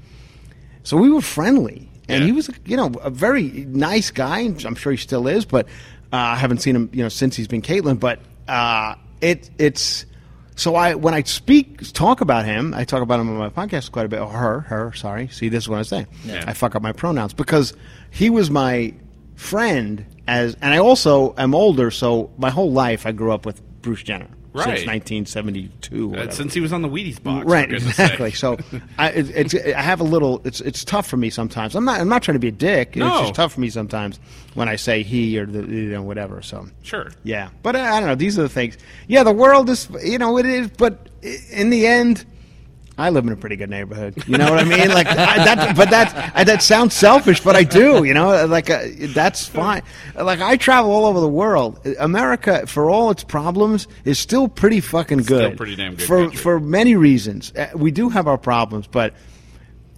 [SPEAKER 3] So we were friendly, and
[SPEAKER 1] Yeah.
[SPEAKER 3] he was, you know, a very nice guy. and I'm sure he still is, but uh, I haven't seen him, you know, since he's been Caitlyn. But uh, it it's so I when I speak talk about him, I talk about him on my podcast quite a bit. Or her, her, sorry. See, this is what I say.
[SPEAKER 1] Yeah.
[SPEAKER 3] I fuck up my pronouns because he was my friend as, and I also am older, so my whole life I grew up with Bruce Jenner
[SPEAKER 1] Right.
[SPEAKER 3] since 1972.
[SPEAKER 1] Uh,
[SPEAKER 3] whatever.
[SPEAKER 1] since he was on the Wheaties box.
[SPEAKER 3] Right,
[SPEAKER 1] for goodness
[SPEAKER 3] exactly.
[SPEAKER 1] sake.
[SPEAKER 3] So I, it, it's, I have a little. It's it's tough for me sometimes. I'm not. I'm not trying to be a dick.
[SPEAKER 1] No.
[SPEAKER 3] It's just tough for me sometimes when I say he or the you know whatever. So
[SPEAKER 1] Sure.
[SPEAKER 3] yeah, but I, I don't know. These are the things. Yeah, the world is. You know it is. But i- in the end. I live in a pretty good neighborhood. You know what I mean? Like I, that, but that I, that sounds selfish, but I do. You know, like uh, that's fine. Like I travel all over the world. America, for all its problems, is still pretty fucking good.
[SPEAKER 1] pretty damn good
[SPEAKER 3] for
[SPEAKER 1] country.
[SPEAKER 3] for many reasons. Uh, we do have our problems, but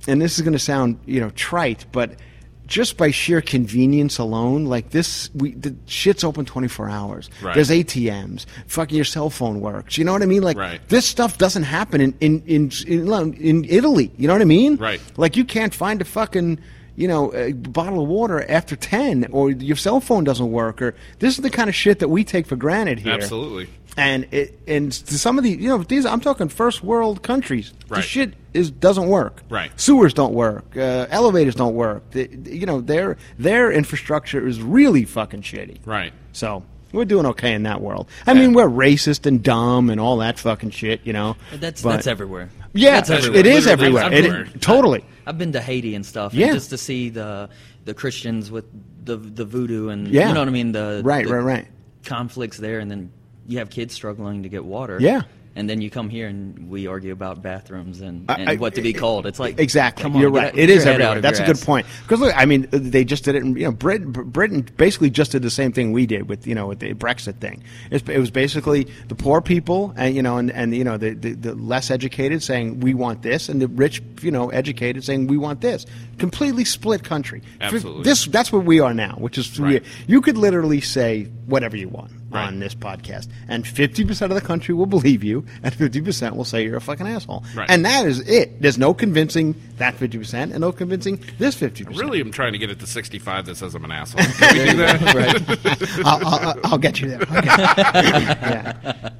[SPEAKER 3] and this is going to sound you know trite, but just by sheer convenience alone, like this, we the shit's open twenty four hours.
[SPEAKER 1] Right.
[SPEAKER 3] There's ATMs. Fucking your cell phone works. You know what I mean? Like
[SPEAKER 1] Right.
[SPEAKER 3] this stuff doesn't happen in in, in in in Italy. You know what I mean?
[SPEAKER 1] Right.
[SPEAKER 3] Like you can't find a fucking you know a bottle of water after ten, or your cell phone doesn't work, or this is the kind of shit that we take for granted here
[SPEAKER 1] Absolutely.
[SPEAKER 3] and it and to some of the you know these I'm talking first world countries. The
[SPEAKER 1] Right.
[SPEAKER 3] shit is doesn't work.
[SPEAKER 1] Right.
[SPEAKER 3] Sewers don't work. Uh, elevators don't work. The, the- you know their their infrastructure is really fucking shitty.
[SPEAKER 1] Right.
[SPEAKER 3] So we're doing okay in that world. I mean we're racist and dumb and all that fucking shit. You know.
[SPEAKER 2] That's
[SPEAKER 3] But-
[SPEAKER 2] that's everywhere.
[SPEAKER 3] Yeah,
[SPEAKER 2] that's everywhere.
[SPEAKER 3] it is
[SPEAKER 1] Literally,
[SPEAKER 3] everywhere.
[SPEAKER 1] that's
[SPEAKER 3] It-
[SPEAKER 1] everywhere.
[SPEAKER 3] totally.
[SPEAKER 2] I've been to Haiti and stuff.
[SPEAKER 3] Yeah.
[SPEAKER 2] And just to see the the Christians with the the voodoo and
[SPEAKER 3] Yeah.
[SPEAKER 2] you know what I mean. The
[SPEAKER 3] Right,
[SPEAKER 2] the
[SPEAKER 3] right, right.
[SPEAKER 2] Conflicts there, and then you have kids struggling to get water.
[SPEAKER 3] Yeah.
[SPEAKER 2] and then you come here and we argue about bathrooms and,
[SPEAKER 3] I-
[SPEAKER 2] and
[SPEAKER 3] I-
[SPEAKER 2] what to be called. It's like
[SPEAKER 3] Exactly.
[SPEAKER 2] Come on,
[SPEAKER 3] You're
[SPEAKER 2] get
[SPEAKER 3] right.
[SPEAKER 2] out-
[SPEAKER 3] It
[SPEAKER 2] get
[SPEAKER 3] is
[SPEAKER 2] your head out
[SPEAKER 3] everywhere.
[SPEAKER 2] of
[SPEAKER 3] That's a
[SPEAKER 2] your
[SPEAKER 3] good
[SPEAKER 2] ass.
[SPEAKER 3] point. Because look, I mean, they just did it. In, you know, Britain, Britain basically just did the same thing we did with you know with the Brexit thing. It's, it was basically the poor people and you know and, and you know the, the, the less educated saying we want this, and the rich you know educated saying we want this. Completely split country. For-
[SPEAKER 1] Absolutely.
[SPEAKER 3] This that's what we are now, which is
[SPEAKER 1] Right.
[SPEAKER 3] you could literally say whatever you want
[SPEAKER 1] Right.
[SPEAKER 3] on this podcast, and fifty percent of the country will believe you, and fifty percent will say you're a fucking asshole,
[SPEAKER 1] Right.
[SPEAKER 3] and that is it. There's no convincing that 50% and no convincing this 50%.
[SPEAKER 1] Really, I'm trying to get it to 65 that says I'm an asshole. Can we do that?
[SPEAKER 3] I'll, I'll, I'll get you there. Okay.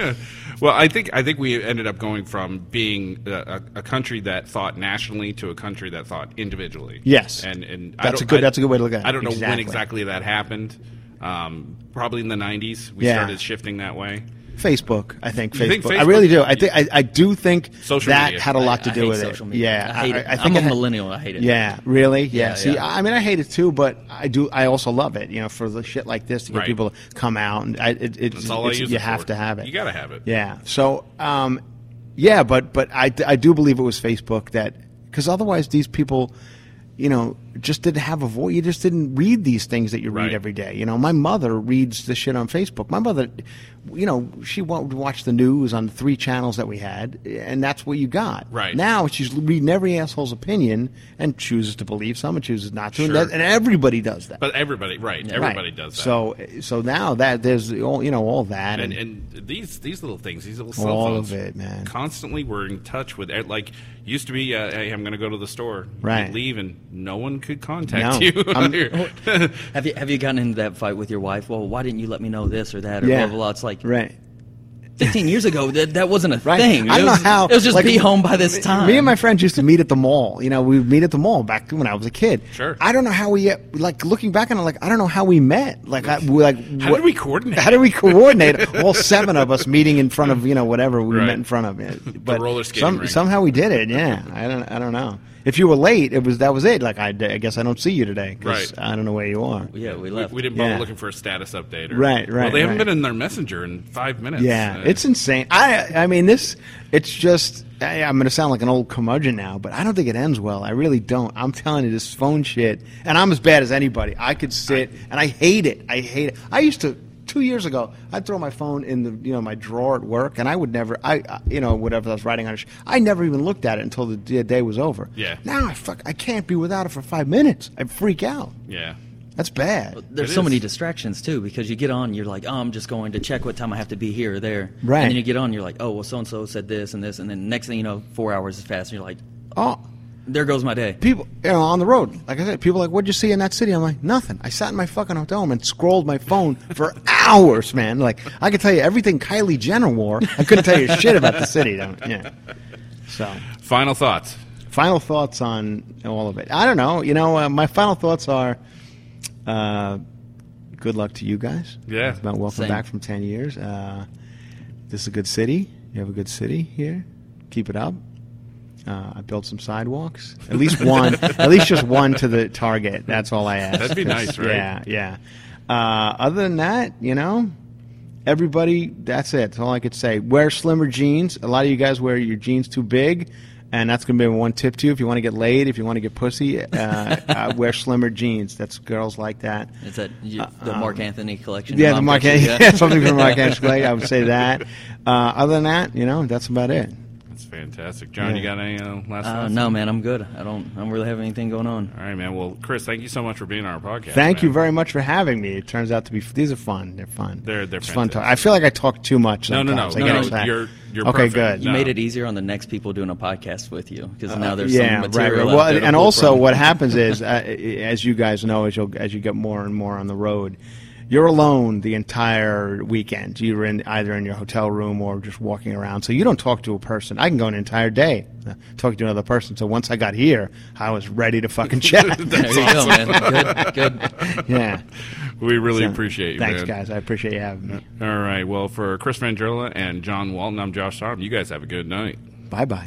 [SPEAKER 3] yeah.
[SPEAKER 1] well, I think I think we ended up going from being a, a, a country that thought nationally to a country that thought individually.
[SPEAKER 3] Yes.
[SPEAKER 1] and and I
[SPEAKER 3] That's
[SPEAKER 1] don't-
[SPEAKER 3] a good-
[SPEAKER 1] I-
[SPEAKER 3] that's a good way to look at it.
[SPEAKER 1] I don't know when
[SPEAKER 3] Exactly.
[SPEAKER 1] exactly that happened. Um, probably in the 90s, we
[SPEAKER 3] Yeah.
[SPEAKER 1] started shifting that way.
[SPEAKER 3] Facebook, I think
[SPEAKER 1] You
[SPEAKER 3] Facebook.
[SPEAKER 1] think
[SPEAKER 3] I really
[SPEAKER 1] Facebook-
[SPEAKER 3] do. I think I, I do think
[SPEAKER 1] Social
[SPEAKER 3] that
[SPEAKER 1] media.
[SPEAKER 3] had a lot
[SPEAKER 2] I-
[SPEAKER 3] to
[SPEAKER 2] I
[SPEAKER 3] do
[SPEAKER 2] hate
[SPEAKER 3] with
[SPEAKER 2] social
[SPEAKER 3] it.
[SPEAKER 2] media.
[SPEAKER 3] Yeah,
[SPEAKER 2] I hate it.
[SPEAKER 3] think
[SPEAKER 2] I'm a
[SPEAKER 3] had-
[SPEAKER 2] millennial. I hate it.
[SPEAKER 3] Yeah, really. Yeah.
[SPEAKER 2] Yeah,
[SPEAKER 3] See,
[SPEAKER 2] yeah.
[SPEAKER 3] I I mean, I hate it too, but I do. I also love it. You know, for the shit like this to get
[SPEAKER 1] Right.
[SPEAKER 3] people to come out, and I, it, it's,
[SPEAKER 1] That's all I
[SPEAKER 3] it's-
[SPEAKER 1] use
[SPEAKER 3] you
[SPEAKER 1] it
[SPEAKER 3] have
[SPEAKER 1] for.
[SPEAKER 3] to have it.
[SPEAKER 1] You gotta have it.
[SPEAKER 3] Yeah. So, um, yeah, but but I, I do believe it was Facebook that because otherwise these people, you know, just didn't have a voice. You just didn't read these things that you
[SPEAKER 1] Right.
[SPEAKER 3] read every day. You know, my mother reads the shit on Facebook. My mother, you know, she wa- would watch the news on the three channels that we had, and that's what you got.
[SPEAKER 1] Right.
[SPEAKER 3] now, she's reading every asshole's opinion and chooses to believe some and chooses not to, and,
[SPEAKER 1] Sure.
[SPEAKER 3] that, and everybody does that.
[SPEAKER 1] But everybody, right?
[SPEAKER 3] Right.
[SPEAKER 1] Everybody does that.
[SPEAKER 3] So, so now that there's all you know, all that,
[SPEAKER 1] and
[SPEAKER 3] and,
[SPEAKER 1] and these these little things, these little cell
[SPEAKER 3] Mm. All
[SPEAKER 1] phones,
[SPEAKER 3] of it, man.
[SPEAKER 1] Constantly, we're in touch with. Like used to be, uh, hey, I'm going to go to the store.
[SPEAKER 3] Right.
[SPEAKER 1] You'd leave, and no one could contact
[SPEAKER 3] No.
[SPEAKER 1] you.
[SPEAKER 3] I'm-
[SPEAKER 1] Here.
[SPEAKER 2] Have you have you gotten into that fight with your wife? Well, why didn't you let me know this or that or
[SPEAKER 3] yeah,
[SPEAKER 2] blah blah blah? It's like
[SPEAKER 3] right.
[SPEAKER 2] 15 years ago that, that wasn't a
[SPEAKER 3] Right.
[SPEAKER 2] thing.
[SPEAKER 3] I
[SPEAKER 2] it
[SPEAKER 3] don't
[SPEAKER 2] was,
[SPEAKER 3] know how.
[SPEAKER 2] It was just
[SPEAKER 3] like,
[SPEAKER 2] be home by this time.
[SPEAKER 3] Me and my friends used to meet at the mall. You know, we would meet at the mall back when I was a kid.
[SPEAKER 1] Sure.
[SPEAKER 3] I don't know how we like looking back on it. Like I don't know how we met. Like I we, like
[SPEAKER 1] How did we coordinate?
[SPEAKER 3] How did we coordinate all seven of us meeting in front of you know whatever we
[SPEAKER 1] Right.
[SPEAKER 3] met in front of? Yeah. But
[SPEAKER 1] roller skating rink.
[SPEAKER 3] somehow we did it. Yeah. I don't. I don't know. If you were late, it was that was it. Like I, d- I guess I don't see you today.
[SPEAKER 1] Right.
[SPEAKER 3] 'cause I don't know where you are.
[SPEAKER 2] yeah, we
[SPEAKER 1] we,
[SPEAKER 2] left.
[SPEAKER 1] we didn't bother
[SPEAKER 3] Yeah.
[SPEAKER 1] looking for a status update. Or,
[SPEAKER 3] Right,
[SPEAKER 1] Well,
[SPEAKER 3] right,
[SPEAKER 1] they haven't
[SPEAKER 3] right.
[SPEAKER 1] been in their messenger in five minutes.
[SPEAKER 3] Yeah,
[SPEAKER 1] Uh,
[SPEAKER 3] it's insane. I I mean this. It's just I, I'm going to sound like an old curmudgeon now, but I don't think it ends well. I really don't. I'm telling you, this phone shit, and I'm as bad as anybody. I could sit, and I hate it. I hate it. I used to. Two years ago, I'd throw my phone in the you know my drawer at work, and I would never, I I- you know whatever I was writing on, a sh- I never even looked at it until the d- day was over.
[SPEAKER 1] Yeah.
[SPEAKER 3] Now I fuck, I can't be without it for five minutes. I freak out.
[SPEAKER 1] yeah.
[SPEAKER 3] That's bad.
[SPEAKER 2] There's
[SPEAKER 1] It
[SPEAKER 2] so
[SPEAKER 1] is.
[SPEAKER 2] many distractions too because you get on, you're like, oh, I'm just going to check what time I have to be here or there.
[SPEAKER 3] Right.
[SPEAKER 2] And then you get on, you're like, oh, well, so and so said this and this, and then next thing you know, four hours is fast, and you're like,
[SPEAKER 3] Oh.
[SPEAKER 2] there goes my day.
[SPEAKER 3] people you know, on the road. Like I said, people are like, what'd you see in that city? I'm like, nothing. I sat in my fucking hotel room and scrolled my phone for hours, man. Like I could tell you everything Kylie Jenner wore. I couldn't tell you shit about the city. Though. Yeah. So,
[SPEAKER 1] Final thoughts.
[SPEAKER 3] final thoughts on all of it. I don't know. You know, uh, my final thoughts are. Uh, good luck to you guys.
[SPEAKER 1] Yeah.
[SPEAKER 3] It's been welcome
[SPEAKER 2] Same.
[SPEAKER 3] back from ten years. Uh, this is a good city. You have a good city here. Keep it up. Uh, I built some sidewalks. At least one. at least just one to the target. That's all I ask.
[SPEAKER 1] That'd be nice,
[SPEAKER 3] Just-
[SPEAKER 1] right?
[SPEAKER 3] Yeah, yeah. Uh, other than that, you know, everybody. That's it. That's all I could say. Wear slimmer jeans. A lot of you guys wear your jeans too big. And that's going to be one tip to you. If you want to get laid, if you want to get pussy, uh, uh, wear slimmer jeans. That's girls like that.
[SPEAKER 2] It's that you, the Mark Anthony collection.
[SPEAKER 3] Uh, um, Yeah,
[SPEAKER 2] Mom
[SPEAKER 3] the Mark
[SPEAKER 2] collection,
[SPEAKER 3] yeah. something from Mark Anthony. I would say that. Uh, other than that, you know, that's about it.
[SPEAKER 1] That's fantastic, John. You
[SPEAKER 3] Yeah.
[SPEAKER 1] got any uh, last
[SPEAKER 2] Uh,
[SPEAKER 1] thoughts?
[SPEAKER 2] no, man, I'm good. I don't. I don't really have anything going on.
[SPEAKER 1] All right, man. Well, Chris, thank you so much for being on our podcast.
[SPEAKER 3] Thank
[SPEAKER 1] man.
[SPEAKER 3] you very much for having me. It turns out to be these are fun. They're fun.
[SPEAKER 1] They're- they're
[SPEAKER 3] it's fun. Talk.
[SPEAKER 1] fantastic.
[SPEAKER 3] I feel like I talk too much.
[SPEAKER 1] No, no, no.
[SPEAKER 3] sometimes. I
[SPEAKER 1] No,
[SPEAKER 3] get
[SPEAKER 2] no,
[SPEAKER 3] upset.
[SPEAKER 1] you're- you're
[SPEAKER 3] okay.
[SPEAKER 1] perfect.
[SPEAKER 3] Good.
[SPEAKER 2] You
[SPEAKER 1] No.
[SPEAKER 2] made it easier on the next people doing a podcast with you because now there's
[SPEAKER 3] Uh, yeah,
[SPEAKER 2] some material.
[SPEAKER 3] right, right.
[SPEAKER 2] out
[SPEAKER 3] Well,
[SPEAKER 2] there to
[SPEAKER 3] and
[SPEAKER 2] pull
[SPEAKER 3] also
[SPEAKER 2] from.
[SPEAKER 3] what happens is, uh, as you guys know, as you as you get more and more on the road, you're alone the entire weekend. You're in either in your hotel room or just walking around, so you don't talk to a person. I can go an entire day uh, talking to another person. So once I got here, I was ready to fucking chat.
[SPEAKER 2] There you go, man. Good, good.
[SPEAKER 3] yeah,
[SPEAKER 1] We really
[SPEAKER 3] So,
[SPEAKER 1] appreciate you,
[SPEAKER 3] Thanks,
[SPEAKER 1] man.
[SPEAKER 3] guys. I appreciate you having me.
[SPEAKER 1] All right. Well, for Chris Mandrilla and John Walton, I'm Josh Sarm. You guys have a good night.
[SPEAKER 3] Bye bye.